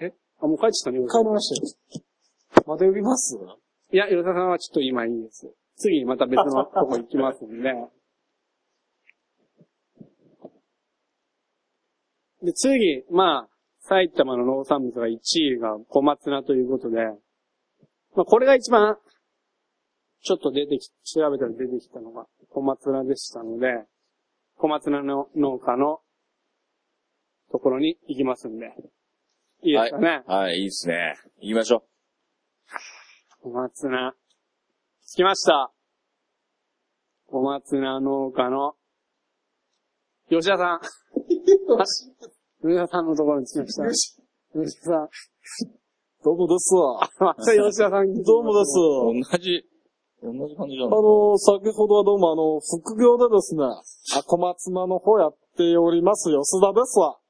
[SPEAKER 1] ええあ、もう帰っちゃったね、吉田
[SPEAKER 3] 帰
[SPEAKER 1] さん
[SPEAKER 3] りましたよ。また呼びます
[SPEAKER 1] いや、吉田さんはちょっと今いいです。次また別のとこ行きますんで。で、次、まあ、埼玉の農産物が1位が小松菜ということで、まあこれが一番、ちょっと出てき、調べたら出てきたのが小松菜でしたので、小松菜の農家のところに行きますんで。いいですかね。
[SPEAKER 2] はい、いいですね。行きましょ
[SPEAKER 1] 小松菜。着きました。小松菜農家の、吉田さん。吉田さんのところに着きました。吉田さん。
[SPEAKER 4] どうもですわ。
[SPEAKER 1] また吉田さん。
[SPEAKER 4] どうもです。
[SPEAKER 2] う。同じ、同じ感じじゃ
[SPEAKER 4] あ
[SPEAKER 2] ん。
[SPEAKER 4] の、先ほどはどうもあの、副業でですね、あ小松菜の方やっております吉田ですわ。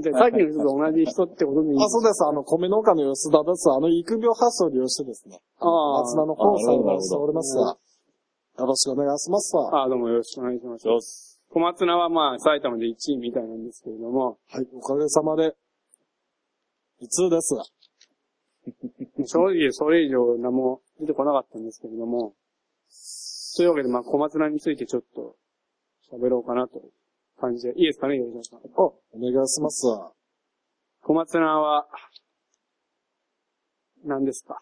[SPEAKER 1] じ ゃあさっきの人と同じ人ってことでいい
[SPEAKER 4] あ、そうです。あの、米農家の吉田です。あの、育苗発想を利用してですね。
[SPEAKER 1] ああ
[SPEAKER 4] 小松菜の方を栽培しております
[SPEAKER 1] な
[SPEAKER 4] わ。よろしくお願いしますわ。
[SPEAKER 1] ああ、どうもよろしくお願いします。
[SPEAKER 2] よし。
[SPEAKER 1] 小松菜はまあ、埼玉で1位みたいなんですけれども、
[SPEAKER 4] はい、おかげさまで。一通です。
[SPEAKER 1] 正直それ以上何も出てこなかったんですけれども、というわけでまあ、小松菜についてちょっと喋ろうかなという感じで、いいですかね、吉田さん。
[SPEAKER 4] お願いしますわ。
[SPEAKER 1] 小松菜は、何ですか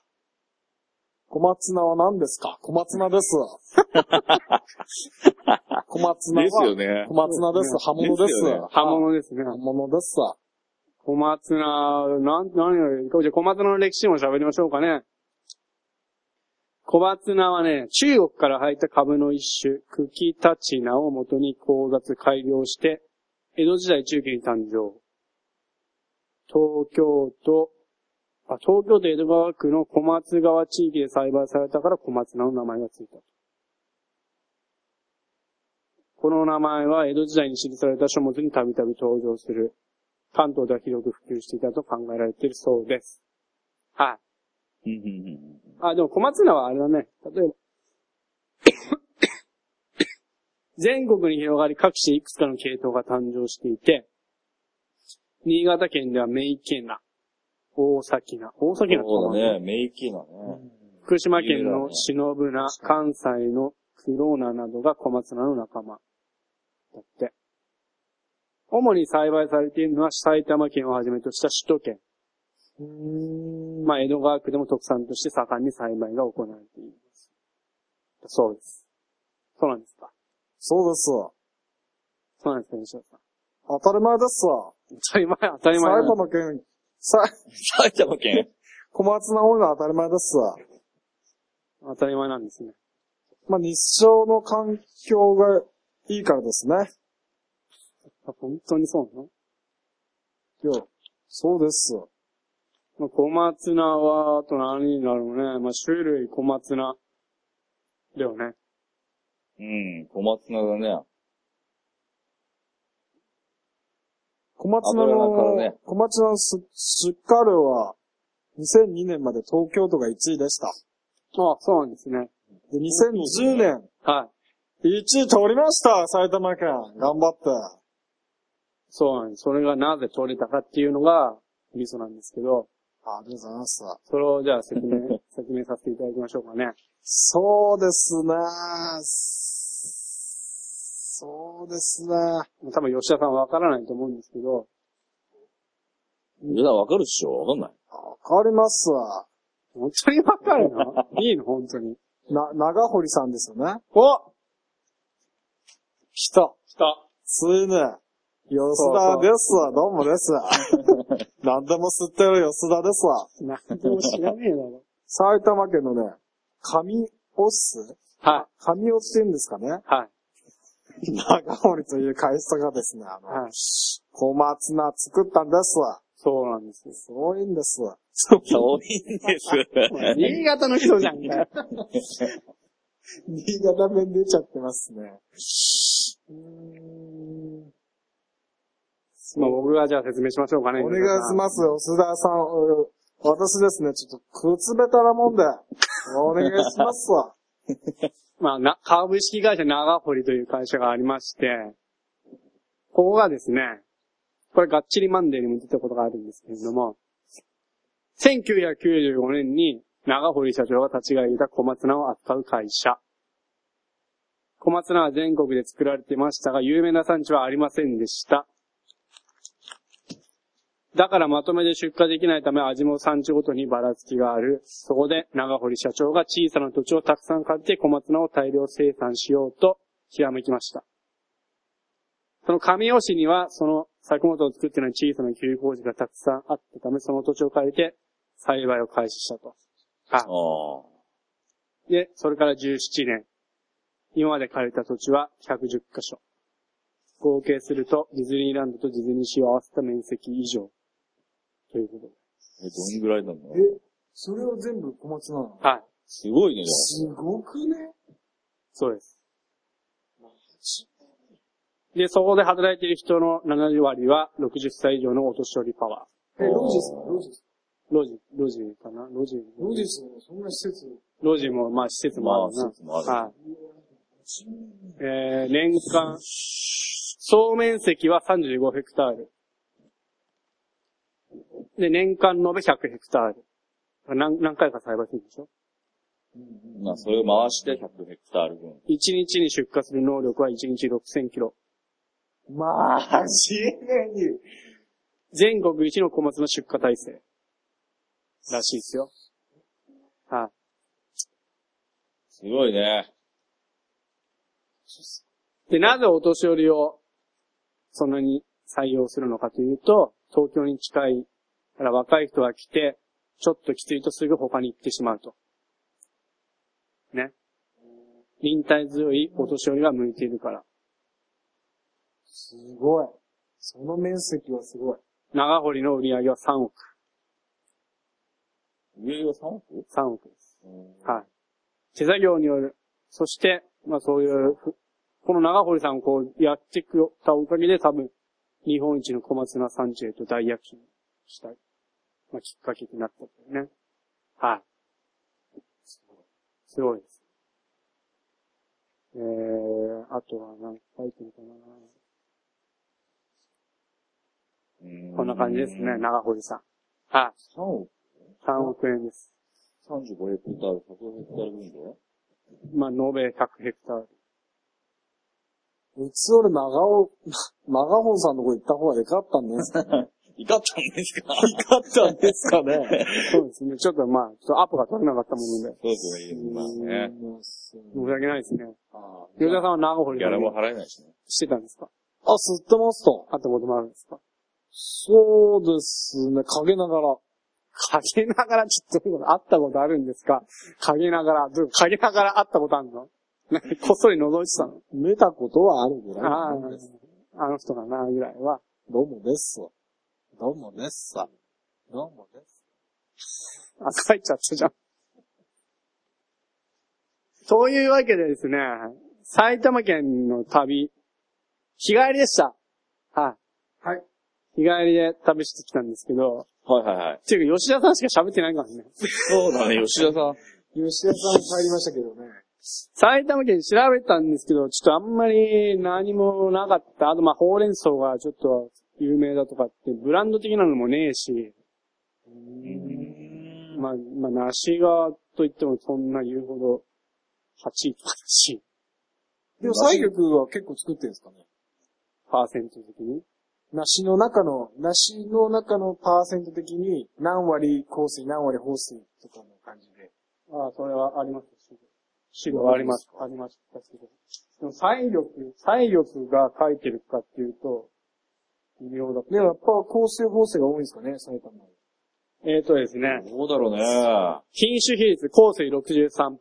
[SPEAKER 4] 小松菜は何ですか小松 菜ですわ。小松菜
[SPEAKER 2] ですよ
[SPEAKER 4] は、
[SPEAKER 2] ね
[SPEAKER 4] 小。松菜です。刃物で
[SPEAKER 2] です
[SPEAKER 4] す。
[SPEAKER 2] よね
[SPEAKER 1] 刃物ですね。
[SPEAKER 4] 刃物ですわ。
[SPEAKER 1] 小松菜、なん、何より、じゃあ小松菜の歴史も喋りましょうかね。小松菜はね、中国から入った株の一種、茎立ち菜を元に交雑改良して、江戸時代中期に誕生。東京都、あ、東京都江戸川区の小松川地域で栽培されたから小松菜の名前がついた。この名前は江戸時代に記された書物にたびたび登場する。関東では広く普及していたと考えられているそうです。はい。
[SPEAKER 2] うんうんうん
[SPEAKER 1] あ、でも小松菜はあれだね。例えば、 全国に広がり各地いくつかの系統が誕生していて、新潟県ではメイケナ、大崎菜、大崎菜って
[SPEAKER 2] そ
[SPEAKER 1] 名
[SPEAKER 2] うだ
[SPEAKER 1] 前
[SPEAKER 2] ね、メイキーだね。
[SPEAKER 1] 福島県の忍ぶ菜、関西のクローナなどが小松菜の仲間。だって。主に栽培されているのは埼玉県をはじめとした首都圏。まあ、江戸川区でも特産として盛んに栽培が行われています。そうです。そうなんですか。
[SPEAKER 4] そうですわ。
[SPEAKER 1] そうなんですか、西田さん。
[SPEAKER 4] 当たり前ですわ。
[SPEAKER 1] 当たり前、当たり
[SPEAKER 4] 埼
[SPEAKER 1] 前なんです。
[SPEAKER 4] 玉県、さ、
[SPEAKER 2] 埼玉県
[SPEAKER 4] 小松菜多いのは当たり前ですわ。
[SPEAKER 1] 当たり前なんですね。
[SPEAKER 4] まあ、日照の環境がいいからですね。
[SPEAKER 1] 本当にそうなの
[SPEAKER 4] よそうです。
[SPEAKER 1] まあ、小松菜は、あと何になるのね。まあ、種類小松菜。だよね。
[SPEAKER 2] うん、小松菜だね。
[SPEAKER 4] 小松菜
[SPEAKER 2] 油中だ
[SPEAKER 4] の
[SPEAKER 2] ね、
[SPEAKER 4] 小松菜のす出荷量は、2002年まで東京都が1位でした。
[SPEAKER 1] あそうなんですね。
[SPEAKER 4] で、2010年、
[SPEAKER 1] はい。
[SPEAKER 4] 1位取りました埼玉県頑張って。
[SPEAKER 1] そうなんです。それがなぜ取れたかっていうのが、ミソなんですけど、
[SPEAKER 4] ありがとうございます。
[SPEAKER 1] それをじゃあ説 明、説明させていただきましょうかね。
[SPEAKER 4] そうですね。そうですね。
[SPEAKER 1] 多分吉田さんわからないと思うんですけど、
[SPEAKER 2] いや、わかるっしょわか んない。
[SPEAKER 4] わかりますわ。
[SPEAKER 1] 本当にわかる のいいの本当に。
[SPEAKER 4] な、長堀さんですよね。
[SPEAKER 1] お
[SPEAKER 4] 来た。
[SPEAKER 1] 来た。
[SPEAKER 4] ついに、吉田ですわ。どうも ですわ。何でも吸ってる吉田ですわ。
[SPEAKER 1] 何でも知らねえだろ。
[SPEAKER 4] 埼玉県のね、上オス
[SPEAKER 1] は
[SPEAKER 4] 上オスって言うんですかね
[SPEAKER 1] い。はい。
[SPEAKER 4] 長森という会社がですね、あの、
[SPEAKER 1] はい。
[SPEAKER 4] 小松菜作ったんですわ。
[SPEAKER 1] そうなんですよ。
[SPEAKER 4] すごいんですわ。
[SPEAKER 2] そういいんです。
[SPEAKER 1] 新潟の人じゃんかよ。
[SPEAKER 4] 新潟弁出ちゃってますね。うーん
[SPEAKER 1] まあ僕がじゃあ説明しましょうかね。
[SPEAKER 4] お願いします、吉田さん。うん私ですね、ちょっと、靴べたらもんで、お願いしますわ。
[SPEAKER 1] す。まあな、株式会社長堀という会社がありまして、ここがですね、これがっちりマンデーにも出たことがあるんですけれども、1995年に長堀社長が立ち上げた小松菜を扱う会社。小松菜は全国で作られてましたが、有名な産地はありませんでした。だからまとめて出荷できないため味も産地ごとにばらつきがある。そこで長堀社長が小さな土地をたくさん借りて小松菜を大量生産しようとひらめきました。その上尾市にはその作物を作ってない小さな休工事がたくさんあったため、その土地を借りて栽培を開始したと。あ
[SPEAKER 2] あ、あ。
[SPEAKER 1] で、それから17年。今まで借りた土地は110箇所。合計すると、ディズニーランドとディズニーシーを合わせた面積以上。ということで。
[SPEAKER 2] え、どんぐらいなんだろう
[SPEAKER 4] え、それを全部小松菜なの
[SPEAKER 1] はい。
[SPEAKER 2] すごいね、
[SPEAKER 4] すごくね
[SPEAKER 1] そうです。で、そこで働いている人の70割は60歳以上のお年寄りパワ
[SPEAKER 4] え、ロジスかロジス。
[SPEAKER 1] ー。ロジ、ロジかなロジ。
[SPEAKER 4] ロジスもそんな施設。
[SPEAKER 1] ロジも、まあ、施設
[SPEAKER 2] で
[SPEAKER 1] もあ
[SPEAKER 2] も。まあ、
[SPEAKER 1] るな
[SPEAKER 2] 一。つもある。
[SPEAKER 1] はい。えー、年間、総面積は35ヘクタール。で、年間延べ100ヘクタール。何何回か栽培するんでしょ
[SPEAKER 2] まあ、それを回して100ヘクタール分。
[SPEAKER 1] ?1 日に出荷する能力は1日6000キロ。
[SPEAKER 4] まあ、知れに。
[SPEAKER 1] 全国一の小松の出荷体制。らしいですよ。はい。
[SPEAKER 2] すごいね。
[SPEAKER 1] で、なぜお年寄りをそんなに採用するのかというと、東京に近いから若い人が来て、ちょっときついとすぐ他に行ってしまうと。ね。忍耐強いお年寄りが向いているから。
[SPEAKER 4] すごい。その面積はすごい。
[SPEAKER 1] 長堀の売り上げは3億、
[SPEAKER 2] 上が3億
[SPEAKER 1] 3億です。
[SPEAKER 2] うん
[SPEAKER 1] はい。手作業による、そして、まあそういうふ、この長堀さんをこうやってくったおかげで多分、日本一の小松菜産地へと大躍進した、まあきっかけになったんだよね。はい。すごいです。えー、あとは何か書いてるかなこんな感じですね、。長堀さん。は
[SPEAKER 2] 3億
[SPEAKER 1] い。3億円です。
[SPEAKER 2] 35ヘクタール、100ヘクタール分で
[SPEAKER 1] まあ、延べ100ヘクタール。
[SPEAKER 4] うつおる長尾、長尾さんのとこ行った方がでかったん ですか
[SPEAKER 2] いかったんですか
[SPEAKER 4] かったんですかね。
[SPEAKER 1] そうですね。ちょっとまあ、ちょっとアップが取れなかったもので、
[SPEAKER 2] そうですね。まあね。
[SPEAKER 1] 申し訳ないですね。
[SPEAKER 4] あ
[SPEAKER 1] 吉田さんは長堀
[SPEAKER 2] ギ
[SPEAKER 1] さ
[SPEAKER 2] ャ
[SPEAKER 1] ん
[SPEAKER 2] ラも
[SPEAKER 1] に
[SPEAKER 2] 払えないしね。
[SPEAKER 1] してたんですか
[SPEAKER 4] あ、吸ってました。
[SPEAKER 1] あったこともあるんですか
[SPEAKER 4] そうですね、陰ながら。
[SPEAKER 1] 陰ながら、ちょっとどういうこと、あったことあるんですか陰ながら、どういうこと陰ながらあったことある のなんかこっそり覗いてたの。
[SPEAKER 4] 見たことはあるぐらい
[SPEAKER 1] あ
[SPEAKER 4] なんです。
[SPEAKER 1] あ、あの人かな、ぐらいは。
[SPEAKER 4] どうもですわ。どうもですさ。どうもです。
[SPEAKER 1] あ、書いちゃったじゃん。というわけでですね、埼玉県の旅、日帰りでした。はい。
[SPEAKER 4] はい。
[SPEAKER 1] 日帰りで旅してきたんですけど、
[SPEAKER 2] はいはいはい。
[SPEAKER 1] っていうか吉田さんしか喋ってないからね。
[SPEAKER 2] そうだね、吉田さん。
[SPEAKER 4] 吉田さん帰りましたけどね。
[SPEAKER 1] 埼玉県調べたんですけど、ちょっとあんまり何もなかった。あとまあ、ほうれん草がちょっと有名だとかって、ブランド的なのもねえし、まあ、まあ、梨がと言ってもそんな言うほど、8位とかだし、
[SPEAKER 4] でも、西玉は結構作ってるんですかね。
[SPEAKER 1] パーセント的に。
[SPEAKER 4] 梨の中の、梨の中のパーセント的に何割香水、何割放水とかの感じで。
[SPEAKER 1] ああ、それはあります。白はあります。ありましたけど。でも、西力、西力が書いてるかっていうと、微妙だ
[SPEAKER 4] でもやっぱ香水放水が多いんですかね、埼玉は。
[SPEAKER 1] えっ、とですね、
[SPEAKER 2] どうだろうね。
[SPEAKER 1] 品種比率、香水63%、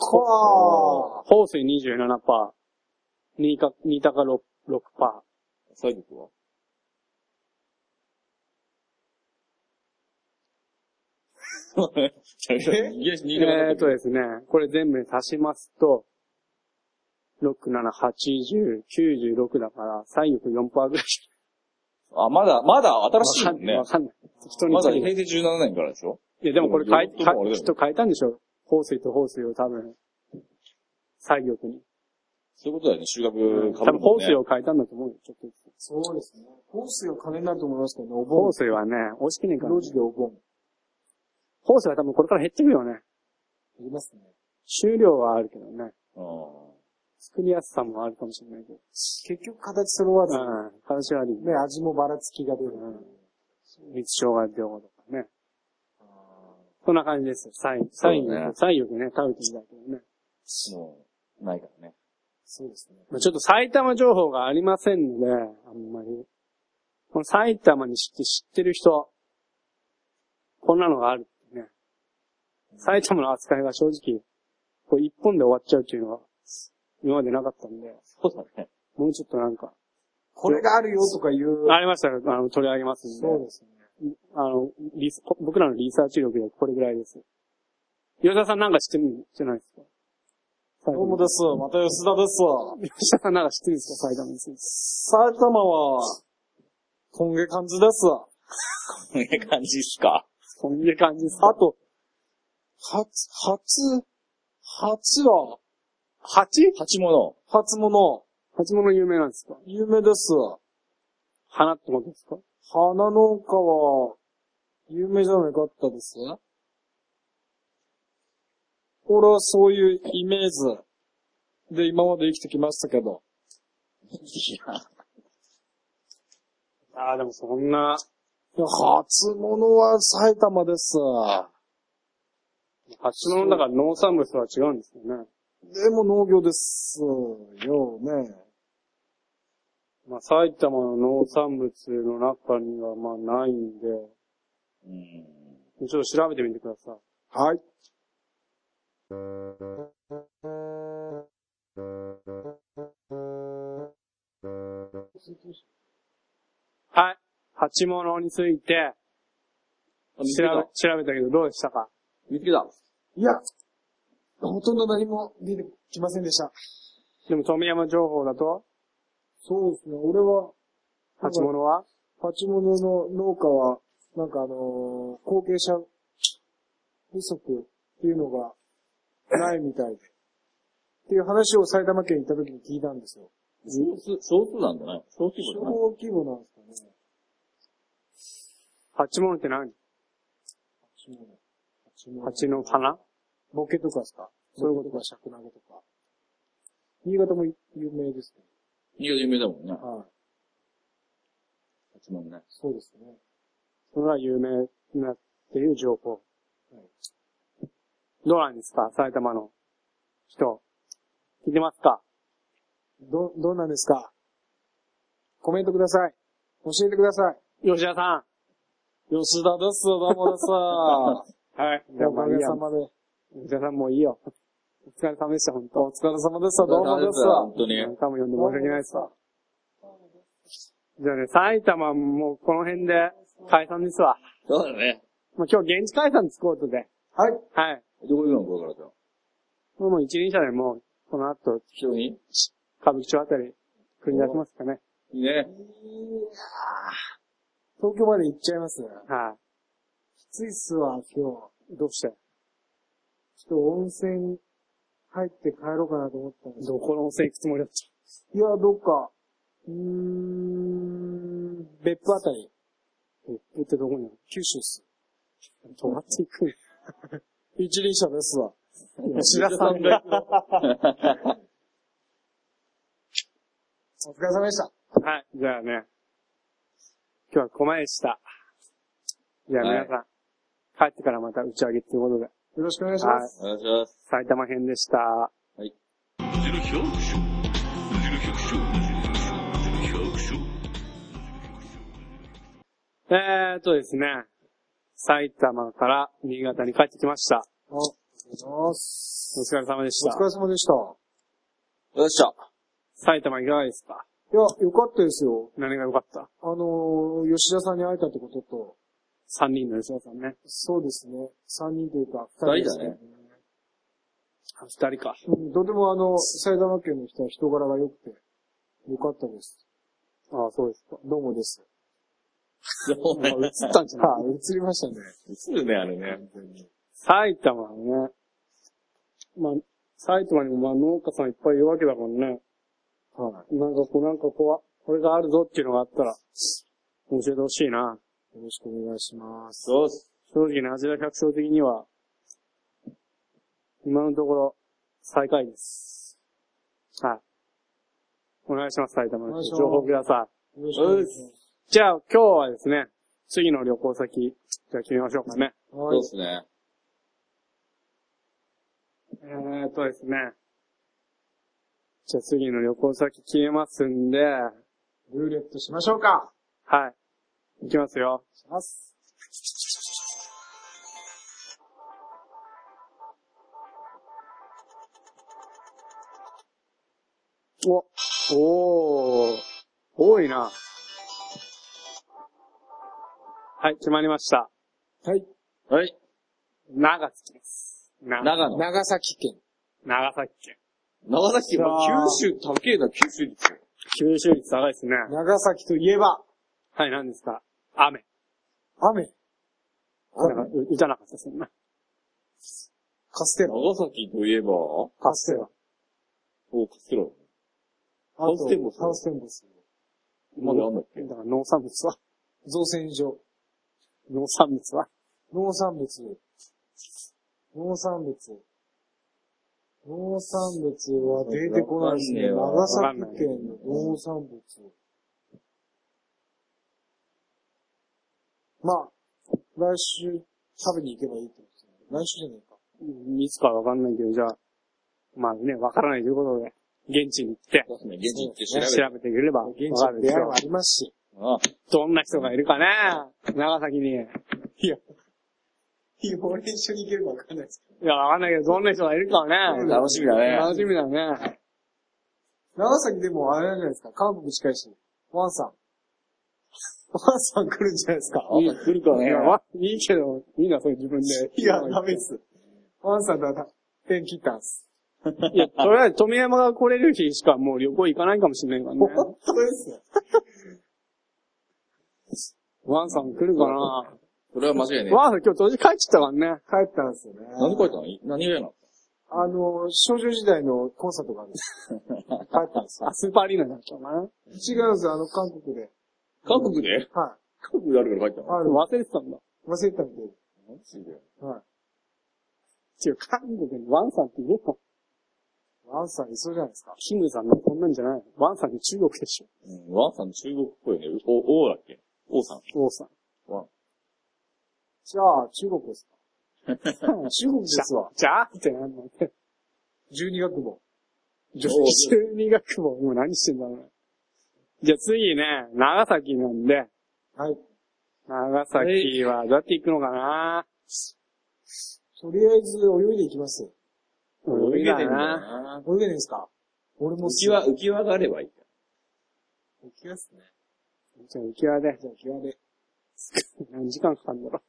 [SPEAKER 4] こ
[SPEAKER 1] 放水27%、新高新高6%、6%
[SPEAKER 2] 最局は
[SPEAKER 4] え
[SPEAKER 1] えっ、と
[SPEAKER 2] え
[SPEAKER 1] ですね、これ全部足しますと、6、7、80、96だから、左右4%ぐらいし
[SPEAKER 2] あ、まだ、まだ新しい
[SPEAKER 1] か
[SPEAKER 2] も
[SPEAKER 1] わか
[SPEAKER 2] ん
[SPEAKER 1] んない。わ。かんな
[SPEAKER 2] ね
[SPEAKER 1] い。人に
[SPEAKER 2] まだ
[SPEAKER 1] 聞い
[SPEAKER 2] 平成17年からでしょ
[SPEAKER 1] いや、でもこれ変え、
[SPEAKER 2] で
[SPEAKER 1] 変
[SPEAKER 2] も4%もあれだ
[SPEAKER 1] え
[SPEAKER 2] よ
[SPEAKER 1] きっと変えたんでしょう。放水と放水を多分、左右に。
[SPEAKER 2] そういうことだよね、修学
[SPEAKER 1] うん
[SPEAKER 2] か
[SPEAKER 1] 多分放
[SPEAKER 2] ね
[SPEAKER 1] 水。を変えたんだと思うよ、ちょっと。
[SPEAKER 4] そうですね。香水は金になると思いますけどね、お盆
[SPEAKER 1] 放。水はね、惜しくねえからね、
[SPEAKER 4] 路地でお盆。
[SPEAKER 1] 当社は多分これから減ってくるよね。
[SPEAKER 4] いりますね。
[SPEAKER 1] 収量はあるけどね。
[SPEAKER 2] うん
[SPEAKER 1] 作りやすさもあるかもしれないけど。
[SPEAKER 4] 結局形揃わ
[SPEAKER 1] う
[SPEAKER 4] ず、
[SPEAKER 1] ん。形はあり。
[SPEAKER 4] ね、味もばらつきが出る。
[SPEAKER 1] うん密生姜両方とかね。そんな感じですよ。サイン、サイン、
[SPEAKER 2] そうね
[SPEAKER 1] サインよくね、食べてみたいけどね。
[SPEAKER 2] もう、ないからね。
[SPEAKER 4] そうですね。
[SPEAKER 1] まあちょっと埼玉情報がありませんので、あんまり。この埼玉に知って知ってる人、こんなのがあるってね。埼玉の扱いが正直、これ一本で終わっちゃうっていうのは、今までなかったんで、
[SPEAKER 2] そうだね。
[SPEAKER 1] もうちょっとなんか、
[SPEAKER 4] これがあるよとか言う。
[SPEAKER 1] ありましたら、あの、取り上げますんで。
[SPEAKER 4] そうですね。
[SPEAKER 1] あの、リス、僕らのリサーチ力でこれぐらいです。吉田さんなんか知ってるんじゃないですか最
[SPEAKER 5] どうも
[SPEAKER 1] 後
[SPEAKER 5] です。また吉田ですわ。
[SPEAKER 1] に吉田さんなんか知ってるんですか埼玉について。
[SPEAKER 5] 埼玉は、こんげ感じですわ。
[SPEAKER 2] こういう感じっすか。
[SPEAKER 1] こんな感じですか
[SPEAKER 5] あと、初、初、初は、
[SPEAKER 1] 蜂
[SPEAKER 2] 鉢物。
[SPEAKER 5] 初物、
[SPEAKER 1] 蜂物有名なんですか
[SPEAKER 5] 有名ですわ。
[SPEAKER 1] 花ってことですか
[SPEAKER 5] 花農家は、有名じゃなかったです俺はそういうイメージで今まで生きてきましたけど。
[SPEAKER 2] いや、
[SPEAKER 1] ああ、でもそんな、
[SPEAKER 5] いや初物は埼玉です。
[SPEAKER 1] 蜂物だから農産物とは違うんですよね。
[SPEAKER 5] でも農業ですよね。
[SPEAKER 1] まあ埼玉の農産物の中にはまあないんで、
[SPEAKER 2] うん。
[SPEAKER 1] ちょっと調べてみてください。
[SPEAKER 5] はい。
[SPEAKER 1] はい。蜂物について
[SPEAKER 2] あ見つ
[SPEAKER 1] 調
[SPEAKER 2] け
[SPEAKER 1] べ
[SPEAKER 2] た。、
[SPEAKER 1] 調べたけどどうでしたか
[SPEAKER 2] 見つけた。
[SPEAKER 4] いや、ほとんど何も出てきませんでした。
[SPEAKER 1] でも富山情報だと
[SPEAKER 4] そうですね。俺は、
[SPEAKER 1] 蜂物は
[SPEAKER 4] 鉢物の農家は、なんかあのー後継者不足っていうのがないみたいで。っていう話を埼玉県行った時に聞いたんですよ。
[SPEAKER 2] 少数、少数なんじゃない少数じ
[SPEAKER 4] 小
[SPEAKER 2] ゃない
[SPEAKER 4] 規模なんですかね。
[SPEAKER 1] 蜂物って何
[SPEAKER 4] 鉢物。鉢物
[SPEAKER 1] 蜂の花
[SPEAKER 4] ボケとかですか
[SPEAKER 1] そういうこと
[SPEAKER 4] ボケとか、シャクナゲとか。新潟も有名ですね。
[SPEAKER 2] 新潟有名だもんね。
[SPEAKER 4] はい。
[SPEAKER 2] 鉢物ね。
[SPEAKER 4] そうですね。
[SPEAKER 1] それが有名なっていう情報。どうなんですか埼玉の人。聞いてますか
[SPEAKER 4] ど、どうなんですかコメントください。教えてください。
[SPEAKER 1] 吉田さ
[SPEAKER 5] 吉田です。どうもです。 お
[SPEAKER 1] ん。はい。じゃあ
[SPEAKER 4] お
[SPEAKER 1] まあ
[SPEAKER 4] か
[SPEAKER 1] いい
[SPEAKER 4] げ
[SPEAKER 1] や
[SPEAKER 4] さ。まで。
[SPEAKER 1] 吉田さんもういいよ。お疲れ様でした、本当。
[SPEAKER 5] 疲れ様です。どうもです。
[SPEAKER 2] 本当に。
[SPEAKER 1] 何回も呼んで申し訳ないですわ。じゃあね、埼玉もうこの辺で解散ですわ。
[SPEAKER 2] そうだね。
[SPEAKER 1] まあ今日現地解散です、コートで。
[SPEAKER 4] はい。
[SPEAKER 1] はい。
[SPEAKER 2] どこ行くのこれからじゃあ。
[SPEAKER 1] もう一輪車でもう、この後、
[SPEAKER 2] 人に
[SPEAKER 1] 歌舞伎町あたり、繰り出しますかね。
[SPEAKER 2] いいね。
[SPEAKER 4] 東京まで行っちゃいます。
[SPEAKER 1] は
[SPEAKER 4] きついっすわ、今日。ちょ
[SPEAKER 1] い。どうして
[SPEAKER 4] っと温泉入って帰ろうかなと思ったんですけ
[SPEAKER 1] どこの温泉行くつもりだった
[SPEAKER 4] いや、どっか。うーん、別府あたり。
[SPEAKER 1] 別府ってどこにある
[SPEAKER 4] 九州っす。
[SPEAKER 1] どうやって行く
[SPEAKER 4] 一輪車ですわ。
[SPEAKER 1] 吉田さんが行く
[SPEAKER 4] お疲れ様でした。
[SPEAKER 1] の。はい。じゃあね。今日は狛江でした。じゃあ皆さん、帰ってからまた打ち上げっていうことで。
[SPEAKER 4] よろしくお願いします。
[SPEAKER 1] はい
[SPEAKER 2] お願いします。
[SPEAKER 1] 埼玉編でした。
[SPEAKER 6] 無事の百姓無事の百姓無事の百姓
[SPEAKER 1] えーっとですね。埼玉から新潟に帰ってきました。
[SPEAKER 4] あお願いします
[SPEAKER 1] お疲れ様でし
[SPEAKER 4] お
[SPEAKER 1] た。
[SPEAKER 4] 疲れ様でした。い
[SPEAKER 2] よっしゃ。
[SPEAKER 1] 埼玉いかがですか
[SPEAKER 4] や、よかったですよ。
[SPEAKER 1] 何が良かった
[SPEAKER 4] あのー、吉田さんに会えたってことと、
[SPEAKER 1] 三人の吉田さんね。
[SPEAKER 4] そうですね。三人というか、二人
[SPEAKER 2] 二
[SPEAKER 4] で
[SPEAKER 2] 人
[SPEAKER 4] す
[SPEAKER 2] だね。
[SPEAKER 1] あ二人か。
[SPEAKER 4] うん、とてもあの、埼玉県の人は人柄が良くて、よかったです。
[SPEAKER 1] ああ、そうですか。
[SPEAKER 4] どうもです。
[SPEAKER 2] どう
[SPEAKER 1] あ映
[SPEAKER 2] も
[SPEAKER 1] ったんじゃない
[SPEAKER 4] はい、映りましたね。
[SPEAKER 2] 映るね、あれね。
[SPEAKER 4] 完全に。
[SPEAKER 1] 埼玉はね。まあ、埼玉にもまあ農家さんいっぱいいるわけだからね。
[SPEAKER 4] は
[SPEAKER 1] なんかこう、なんかこう、これがあるぞっていうのがあったら、教えてほしいな。
[SPEAKER 4] い。よろしくお願いします。
[SPEAKER 2] そうっす。
[SPEAKER 1] 正直なアジア百姓的には、今のところ、最下位です。はい。お願いします、埼玉の人情報くださ
[SPEAKER 4] よろしくお願いし
[SPEAKER 1] い。じゃあ、今日はですね、次の旅行先、じゃあ決めましょうかね。
[SPEAKER 4] ます。
[SPEAKER 2] そう
[SPEAKER 4] は
[SPEAKER 2] で
[SPEAKER 4] い。
[SPEAKER 2] すね。
[SPEAKER 1] えーっとですね。じゃあ次の旅行先決めますんで、は
[SPEAKER 4] ルーレットしましょうか。
[SPEAKER 1] い。いきますよ。
[SPEAKER 4] します。
[SPEAKER 1] お、おー、多いな。はい、決まりました。
[SPEAKER 4] はい。
[SPEAKER 2] はい。
[SPEAKER 1] 長崎です。な
[SPEAKER 2] 長野。
[SPEAKER 4] 長崎県。
[SPEAKER 1] 長崎県。
[SPEAKER 2] 長崎県、まあ、九州、高えな、九州ですよ。
[SPEAKER 1] 吸収率高いですね。
[SPEAKER 4] 長崎といえば、
[SPEAKER 1] はい、何ですか雨。
[SPEAKER 4] 雨。
[SPEAKER 1] なんか、う打たなかったですね。
[SPEAKER 4] カステラ。
[SPEAKER 2] 長崎といえば、
[SPEAKER 4] カステラ。
[SPEAKER 2] お、カステラ。
[SPEAKER 4] あ
[SPEAKER 2] ハウステンボス
[SPEAKER 4] ハウステンボス。
[SPEAKER 2] まだあんだっけ
[SPEAKER 1] だから農産物は、
[SPEAKER 4] 造船所。
[SPEAKER 1] 農産物は、
[SPEAKER 4] 農産物。農産物。農産物は出てこないですね。
[SPEAKER 2] わ
[SPEAKER 4] 長
[SPEAKER 1] かんない
[SPEAKER 4] 崎
[SPEAKER 1] わ
[SPEAKER 4] 県の農産物。まあ、来週食べに行けばいいってことですね。来週じゃないか。
[SPEAKER 1] いつかわかんないけど、じゃあ、まあね、わからないということで、現地に行って、
[SPEAKER 2] 確かに、現地行って調べて。
[SPEAKER 1] 調べてくれれば、わ
[SPEAKER 4] 現地
[SPEAKER 1] かる
[SPEAKER 4] の
[SPEAKER 1] で
[SPEAKER 4] 出
[SPEAKER 1] し
[SPEAKER 4] 会い
[SPEAKER 1] ょ
[SPEAKER 4] もありますし。
[SPEAKER 2] ああ
[SPEAKER 1] どんな人がいるかね長崎に。い
[SPEAKER 4] いや、俺一緒に行けるかわかんないですけ
[SPEAKER 1] や、わかんないけど、どんな人がいるかね
[SPEAKER 2] 楽しみだね
[SPEAKER 1] 楽しみだね。
[SPEAKER 4] ど。長崎でもあれなんじゃないですか。韓国近いし。ワンさん。ワンさん来るんじゃないですか。
[SPEAKER 2] あんた来るか
[SPEAKER 1] い
[SPEAKER 2] ね。
[SPEAKER 1] や、わいいけど、いいな、それ自分で。
[SPEAKER 4] いや、ダメです。ワンさんだな、ペン切ったんす。
[SPEAKER 1] いや、とりあえず、富山が来れる日しかもう旅行行かないかもしれない か
[SPEAKER 4] 本
[SPEAKER 1] らね。
[SPEAKER 4] 当ですよ。
[SPEAKER 1] ワンさん来るかな
[SPEAKER 2] それは間違いねえ。
[SPEAKER 1] ワンさん今日途中帰っちゃったからね。
[SPEAKER 4] 帰ったんですよね。
[SPEAKER 2] 何書いたの何がやなの
[SPEAKER 4] あの、少女時代のコンサートがあるんです。帰ったんですよ
[SPEAKER 1] あ、。スーパーアリーナだったかな
[SPEAKER 4] 違うんですよ、あの、韓国で。
[SPEAKER 2] 韓国で
[SPEAKER 4] は
[SPEAKER 2] 韓国であるから書いた
[SPEAKER 4] い。
[SPEAKER 2] の
[SPEAKER 4] ある。
[SPEAKER 1] 忘れてたんだ。
[SPEAKER 4] 忘れてたみたいで
[SPEAKER 2] マジで。
[SPEAKER 4] はい。
[SPEAKER 1] 違う、韓国にワンさんって言えた
[SPEAKER 4] ワンさんいそうじゃないですか。
[SPEAKER 1] キムさんのそんなんじゃない。ワンさんって中国でしょ。
[SPEAKER 2] うん、ワンさん中国っぽいね。お、おだっけ王さん。
[SPEAKER 1] 王さん。
[SPEAKER 4] じゃあ、中国ですか。中国ですわ。
[SPEAKER 1] じゃあってなんだって。
[SPEAKER 4] 12学部。
[SPEAKER 1] 女子中二学部、今何してんだろうね。じゃあ次ね、長崎なんで、
[SPEAKER 4] はい。
[SPEAKER 1] 長崎はどうやって行くのかな
[SPEAKER 4] とりあえず泳いでいきます。
[SPEAKER 1] 泳いだな。
[SPEAKER 2] な。
[SPEAKER 4] 泳げないですか俺も
[SPEAKER 2] 浮
[SPEAKER 4] っす
[SPEAKER 2] き
[SPEAKER 4] よ
[SPEAKER 2] 輪、浮き輪があればいい。
[SPEAKER 4] 浮き輪ですね。
[SPEAKER 1] じゃあ浮き輪で、
[SPEAKER 4] じゃあ浮き輪で。
[SPEAKER 1] 何時間かかるんだろ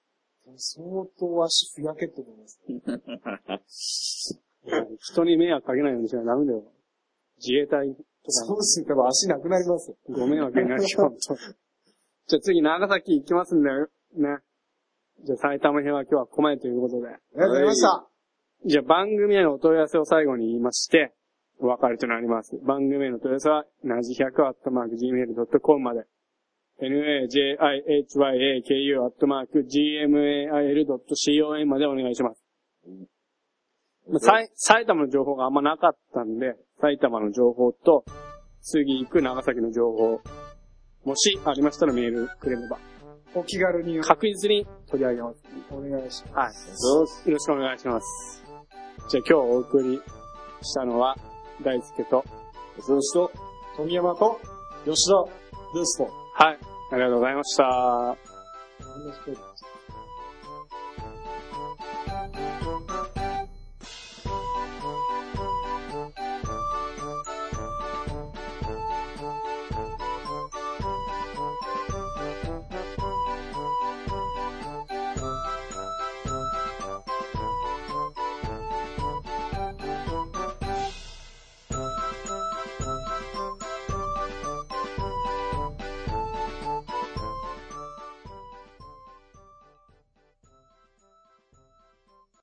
[SPEAKER 4] 相当足ふやけって思います。
[SPEAKER 1] う。人に迷惑かけないようにしないとダメだよ。自衛隊と
[SPEAKER 4] そ
[SPEAKER 1] か
[SPEAKER 4] うすると足なくなりますよ。
[SPEAKER 1] ご迷惑になるよ、 本当じゃあ次長崎行きますんで、ね。じゃあ埼玉編は今日はここまでということで。
[SPEAKER 4] ありがとうございました。
[SPEAKER 1] じゃあ番組へのお問い合わせを最後に言いまして、お別れとなります。番組への問い合わせは、なじ 100-gmail.com まで。najihyaku-gmail.com までお願いします。まあさい埼玉の情報があんまなかったんで、埼玉の情報と、次行く長崎の情報、もしありましたらメールくれれば、
[SPEAKER 4] お気軽に
[SPEAKER 1] 確実に取り上げます。
[SPEAKER 4] お願いしま
[SPEAKER 1] はい。よろしくお願いします。じゃあ今日お送りしたのは、大輔と、
[SPEAKER 2] そうすると、
[SPEAKER 4] す。富山と吉田ですと。
[SPEAKER 1] はい、ありがとうございました。
[SPEAKER 4] あんな人です